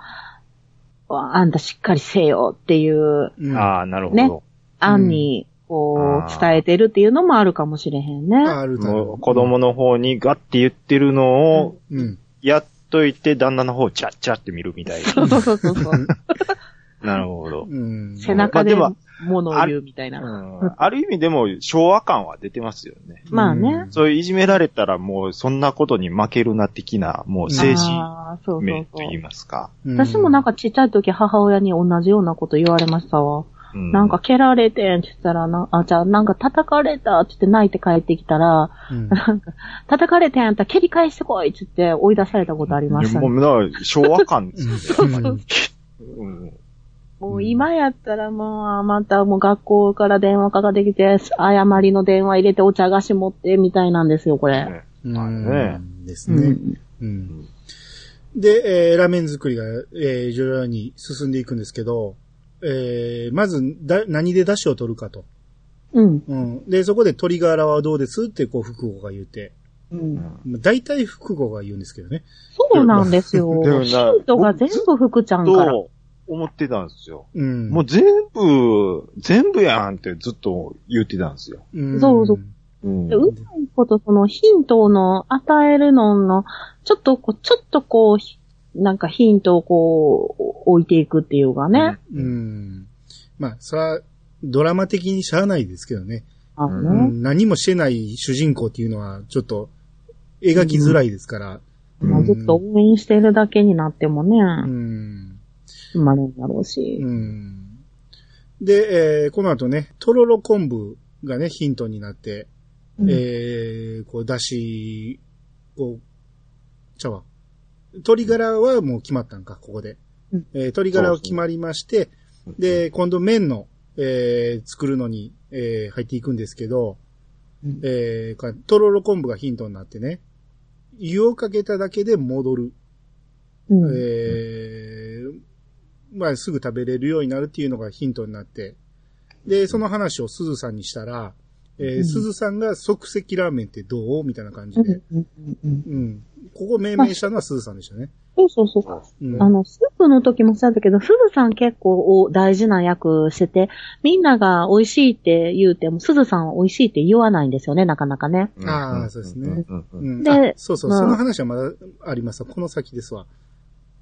C: あ、あんたしっかりせよっていう
A: うん、あ
B: ああ、なるほ
C: ね
B: ど。
C: 案に、こ
B: あ
C: う、
B: ー
C: 伝えてるっていうのもあるかもしれへんね。
A: るだ
B: も
A: ろ
B: う子供の方にガッて言ってるのを、
A: う。うん。
B: やっといて、旦那の方をチャッチャって見る みたい
C: そうそうそうそう。
B: な。なるほど。
A: うん。
C: 背中で
B: まあで
C: 物を言うみたいうな。
B: んある意味でも昭和感は出てますよね。
C: まあね
A: うん
B: そういういじめられたらもうそんなことに負けるな的な、もう政治
C: あーそうそ
B: 面
C: う
B: と
C: そう
B: 言い。ますか。
C: 私もなん、かちっちゃい時母親に同じようなこと言われましたわ。
B: うん
C: なんか蹴られてんって言ったらな、あ、じゃあなんか叩かれたって言って泣いて帰ってきたら、
A: うん
C: なんか叩かれてんやったら蹴り返してこいって言って追い出されたことありましたね、
B: もうだから昭和感ですよね。
A: うん
B: うん
C: もう今やったらもう、またもう学校から電話かかってきて、誤りの電話入れてお茶菓子持ってみたいなんですよ、これ。
B: ね
A: うんです
C: う
A: ね。
C: ん。
A: うんで、えーラーメン作りが、えー徐々に進んでいくんですけど、えーまず、だ、何で出汁を取るかと。
C: うん。
A: うん。で、そこで鶏ガラはどうですって、こう、福子が言って。
C: うん、
A: まあ大体福子が言うんですけどね。
C: そうなんですよ。
B: でもな
C: ヒントが全部福ちゃんから。
B: と思ってたんですよ。
A: うん。
B: もう全部、全部やんってずっと言ってたんですよ。
A: うん、
C: そうそう
B: うん
C: でうまいこと、そのヒントの与えるのの、ちょっとこう、ちょっとこうひ、なんかヒントをこう、置いていくっていうかね。
A: うん。まあ、それは、ドラマ的にしゃあないですけどね。
C: あ
B: う
A: うん
C: のね、
A: ん何もしてない主人公っていうのは、ちょっと、描きづらいですから。
B: うん
C: まあずっと応援してるだけになってもね、
A: うん。
C: 生まれるんだろうし。
A: うん。で、えーこの後ね、とろろ昆布がね、ヒントになって、
C: うん
A: えーこう、だし、こう、茶碗。鶏ガラはもう決まったんか、ここで。
C: うん
A: えー鶏ガラは決まりまして、で、今度麺の、えー作るのに、えー入っていくんですけど、
C: うん
A: えーかとろろ昆布がヒントになってね、湯をかけただけで戻る。
C: うん
A: えーまあ、すぐ食べれるようになるっていうのがヒントになって、で、その話を鈴さんにしたら、えー
C: うん
A: 鈴さんが即席ラーメンってどうみたいな感じ
C: うん
A: で、
C: うんうんうん
A: うん。ここ命名したのは鈴さんでしたね。
C: そうそうそう。
A: うん。
C: あの、スープの時もそうだけど、すずさん結構お大事な役してて、みんなが美味しいって言うても、すずさんは美味しいって言わないんですよね、なかなかね。
B: うん
A: あーそうですね。
B: うんうん
A: うん
C: で
A: あそうそう、
C: まあ
A: その話はまだありますわこの先ですわ。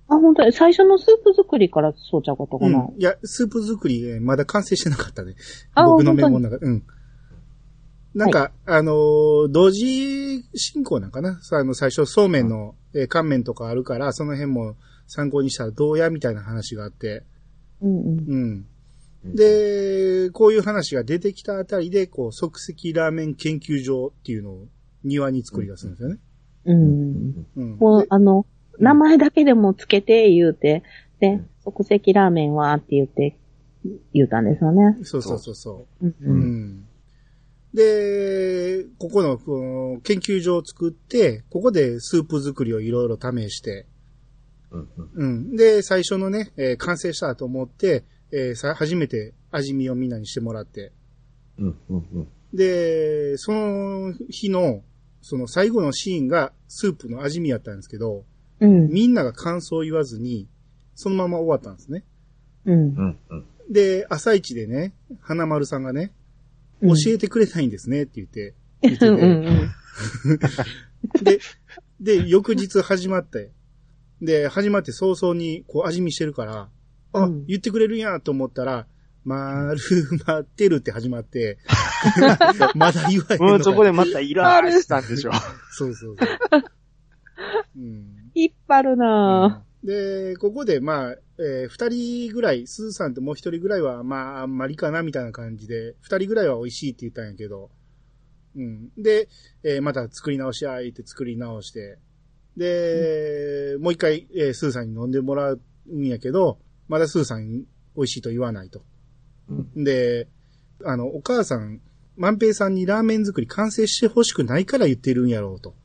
C: あ、本当に最初のスープ作りからそうちゃうことか
A: う
C: な。
A: ん。いや、スープ作り、えーまだ完成してなかったね。
C: あ
A: 僕の
C: 本
A: メ
C: 当に
A: モの中で。うん。なんか、あのー同時進行なんかなさあの、最初、そうめんの、えー乾麺とかあるから、その辺も参考にしたらどうやみたいな話があって、
C: うんうん。
A: うん。で、こういう話が出てきたあたりで、こう、即席ラーメン研究所っていうのを庭に作り出すんですよね。
C: う。
B: うんん、
A: うん。
C: もう、あ
B: う
C: の、
B: ん
C: 名前だけでもつけて言うて、
B: う
C: で
B: ん、
C: 即席ラーメンはって言って、言うたんですよね。
A: そうそうそうそう。
C: うんう。
A: うんんで、ここのこの研究所を作って、ここでスープ作りをいろいろ試して、
B: うんうん
A: うん。で、最初のね、えー完成したと思って、えーさ、初めて味見をみんなにしてもらって、
B: うんうんうん
A: で、その日の、その最後のシーンがスープの味見やったんですけど、
C: うん。
A: みんなが感想を言わずに、そのまま終わったんですね。
C: うん。
B: うんうん
A: で、朝一でね、花丸さんがね、
C: うん
A: 教えてくれないんですねって言って、言って
C: う
A: て
C: んうん。
A: で、で、翌日始まって、で、始まって早々にこう味見してるから、あ、
C: うん
A: 言ってくれるんやと思ったら、まるまってるって始ま って、まだ言わへんのか
B: もうそこでまたイラーしたんでしょ。
A: そうそうそう。うん
C: 引っ張るな
A: で、ここで、まあ、えー二人ぐらい、スーさんともう一人ぐらいは、まあ、あんまりかな、みたいな感じで、二人ぐらいは美味しいって言ったんやけど、うん。で、えーまた作り直し、あえて作り直して、で、もう一回、えースーさんに飲んでもらうんやけど、まだスーさんに美味しいと言わないと。で、あの、お母さん、万平さんにラーメン作り完成してほしくないから言ってるんやろうと。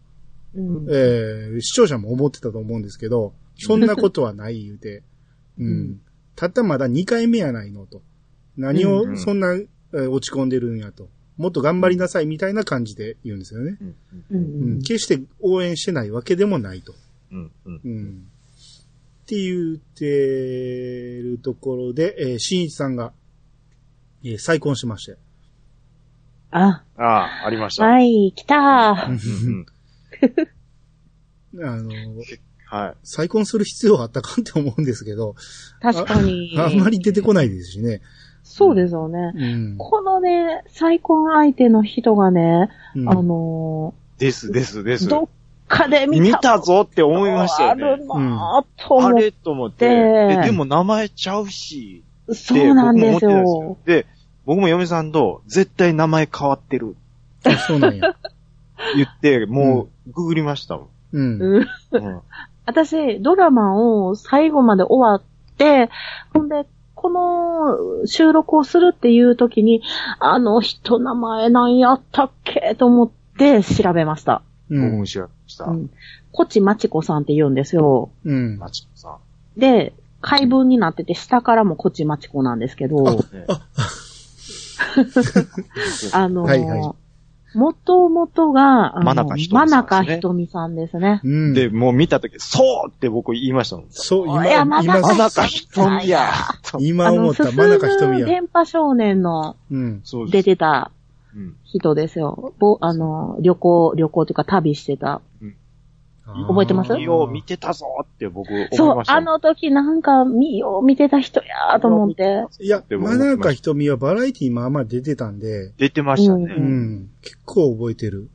C: うん
A: えー視聴者も思ってたと思うんですけ ど、そんなことはない言うて、うん。
C: うん
A: たったまだ2回目やないのと。何
B: う
A: を
B: ん
A: そんな、えー落ち込んでるんやと。もっと頑張りなさいみたいな感じで言うんですよね。
B: うん
C: う
A: うんん。決して応援してないわけでもないと。
B: うんうん
A: うん。って言ってるところで、えー、新一さんが、えー再婚しまして。
C: あ、
B: ああ、ありました。い。
C: はい、来た
B: うん
A: あの、
B: はい。
A: 再婚する必要あったかって思うんですけど、
C: 確かに。
A: あんまり出てこないですしね。
C: そうですよね。
A: うん。
C: このね、再婚相手の人がね、
A: うん
C: あの
B: です、です、で
C: ー、
B: す。
C: どっかで見た
B: 見たぞって思いましたよね。
C: あるなぁと
B: あ
C: 思っ
B: れと思って、
C: で
B: ででも名前ちゃうし、
C: て、
B: っ
C: そ
B: て僕も
C: うなん
B: 思
C: で
B: っ
C: す
B: てたん
C: よ。。
B: で、僕も嫁さんと、絶対名前変わってる
A: あそうなんや。
B: 言って、もう、ググりましたもん。
A: うん。
C: うん
B: うん
C: 私、ドラマを最後まで終わって、ほんで、この収録をするっていう時に、あの人名前何やったっけと思って調べました。
A: う
B: 僕も
A: ん。
B: 知らました
C: う。ん。こちまちこさんって言うんですよ。
A: うん。
B: マチコさん。
C: で、解文になってて、下からもこちまちこなんですけど、
B: ね
C: あの、
A: はいは
C: もともとが、あの
B: 真中ひとみさんですね
C: 真中ひとみさんですね。
A: うん。
B: で、、もう見たとき、そうって僕言いましたもん。
A: そう、
C: いやま
A: 今、
C: だ
B: 真
A: 今、
B: 中ひとみや。と
A: 今思った
C: あの
A: 真中瞳
C: 進む
A: や。
C: 電波少年の
A: うん。
B: そうで
C: 出
B: す。
C: てた
B: うん
C: 人ですよ。ぼ、あの、旅行、旅行というか旅してた。覚えてます
B: 見よう見てたぞって僕思いましたもん。
C: そう、あの時なんか、見よう見てた人やーと思って。
A: いや、
B: でも
A: 真中瞳はバラエティーまあまあ出てたんで、
B: 出てましたね。
A: う
C: うん
A: ん。結構覚えてる。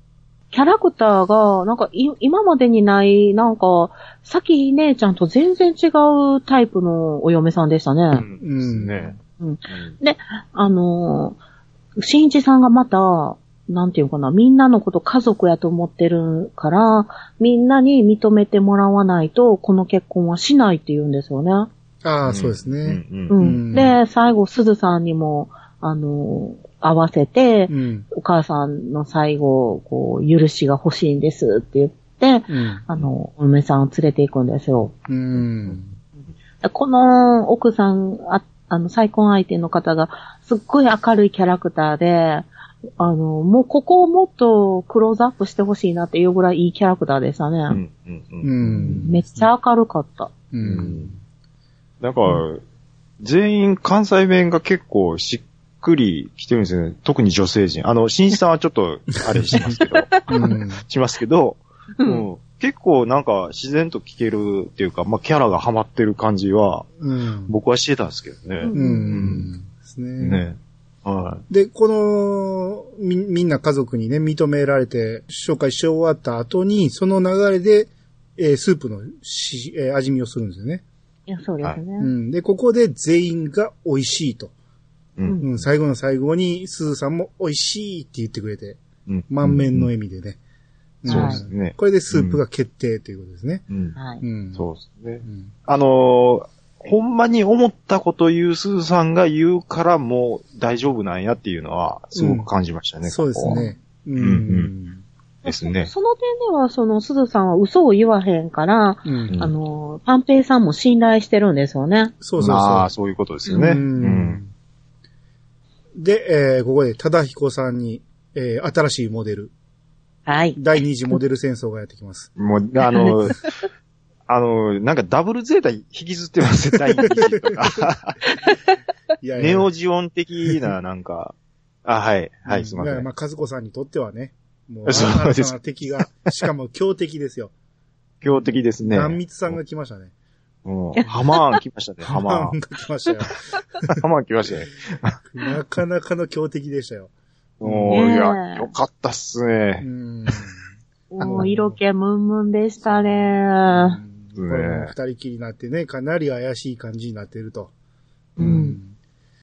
C: キャラクターが、なんかい、今までにない、なんか、さき姉ちゃんと全然違うタイプのお嫁さんでしたね。
B: うんですね。
C: うん
B: うん
C: あのー、新一さんがまた、なんていうかな、みんなのこと家族やと思ってるから、みんなに認めてもらわないと、この結婚はしないって言うんですよね。
A: ああ、そうですね。
B: うん
C: う
B: うん
A: うん
C: ん。で、最後、鈴さんにも、あのー、合わせて、
A: うん。
C: お母さんの最後、こう、許しが欲しいんですって言って、
A: うん。
C: あの、お嫁さんを連れて行くんですよ。
A: うん。
C: この奥さん、ああの、再婚相手の方が、すっごい明るいキャラクターで、あの、もうここをもっとクローズアップしてほしいなっていうぐらいいいキャラクターでした
B: う
C: ね。
B: んうんうん
A: うん。
C: めっちゃ明るかった。
A: う。
B: うんんなんか、全員関西弁が結構しっくりきてるんですよね。特に女性陣。あの、新一さんはちょっと、あれしますけど、
A: うん。
B: しますけど、
C: う
B: うんん結構なんか自然と聞けるっていうか、まあキャラがハマってる感じは、
A: うん。
B: 僕はしてたんですけど
C: う
B: ね。
A: うん。ですね。
B: ね。は
A: で、この、み、みんな家族にね、認められて、紹介し終わった後に、その流れで、えースープのし、えー味見をするんですよね。
C: いや、そうです
A: う
C: ね。
A: ん。で、ここで全員が美味しいと。
B: う
C: うん
B: ん。
A: うん、最後の最後に、すずさんも美味しいって言ってくれて、
B: うん。
A: 満面の
B: うん
A: 笑みでね。
C: うん
B: そう
A: は
B: で
A: い
B: すね。
A: これでスープが決定ということですね。
B: うん。
C: はい。
A: うん。
B: そうですね。
A: うん。
B: あのーほんまに思ったこと言うすずさんが言うからもう大丈夫なんやっていうのは、すごく感じましたね。
A: そうです
B: ここ。
A: ね。うんん。
B: ですね。
C: その点では、その、すずさんは嘘を言わへんから、
A: うん。
B: うん
C: あの、パンペイさんも信頼してるんですよね。
A: そうそうそう。
B: まあ、そういうことですよね。
A: う
B: うん。
A: んで、えーここで、忠彦さんに、えー新しいモデル、
C: はい。
A: 第二次モデル戦争がやってき ます。
B: もう、あのーあのーなんかダブルゼータ引きずってます よ、第一次とか。
A: いやいや
B: ネオジオン的 な、なんか。あ、はい。はい、すいませ
A: だから
B: ん。
A: まあ、和子さんにとってはね、もう、
B: そうで
A: 新
B: す
A: たな敵 が、しかも強敵ですよ。
B: 強敵ですね。
A: 壇蜜さんが来ましたね。
B: うんハマーン来ましたね、ハマー
A: ン
B: ン。
A: が来ましたよ。
B: ハマーン来ましたね。
A: なかなかの強敵でしたよ。
B: もう、い
C: ね
B: や、
C: え
B: よかったっす
A: う
B: ね。
A: ん。
C: もう、色気ムンムンでしたね。
A: これも二人きりになってね、かなり怪しい感じになっていると。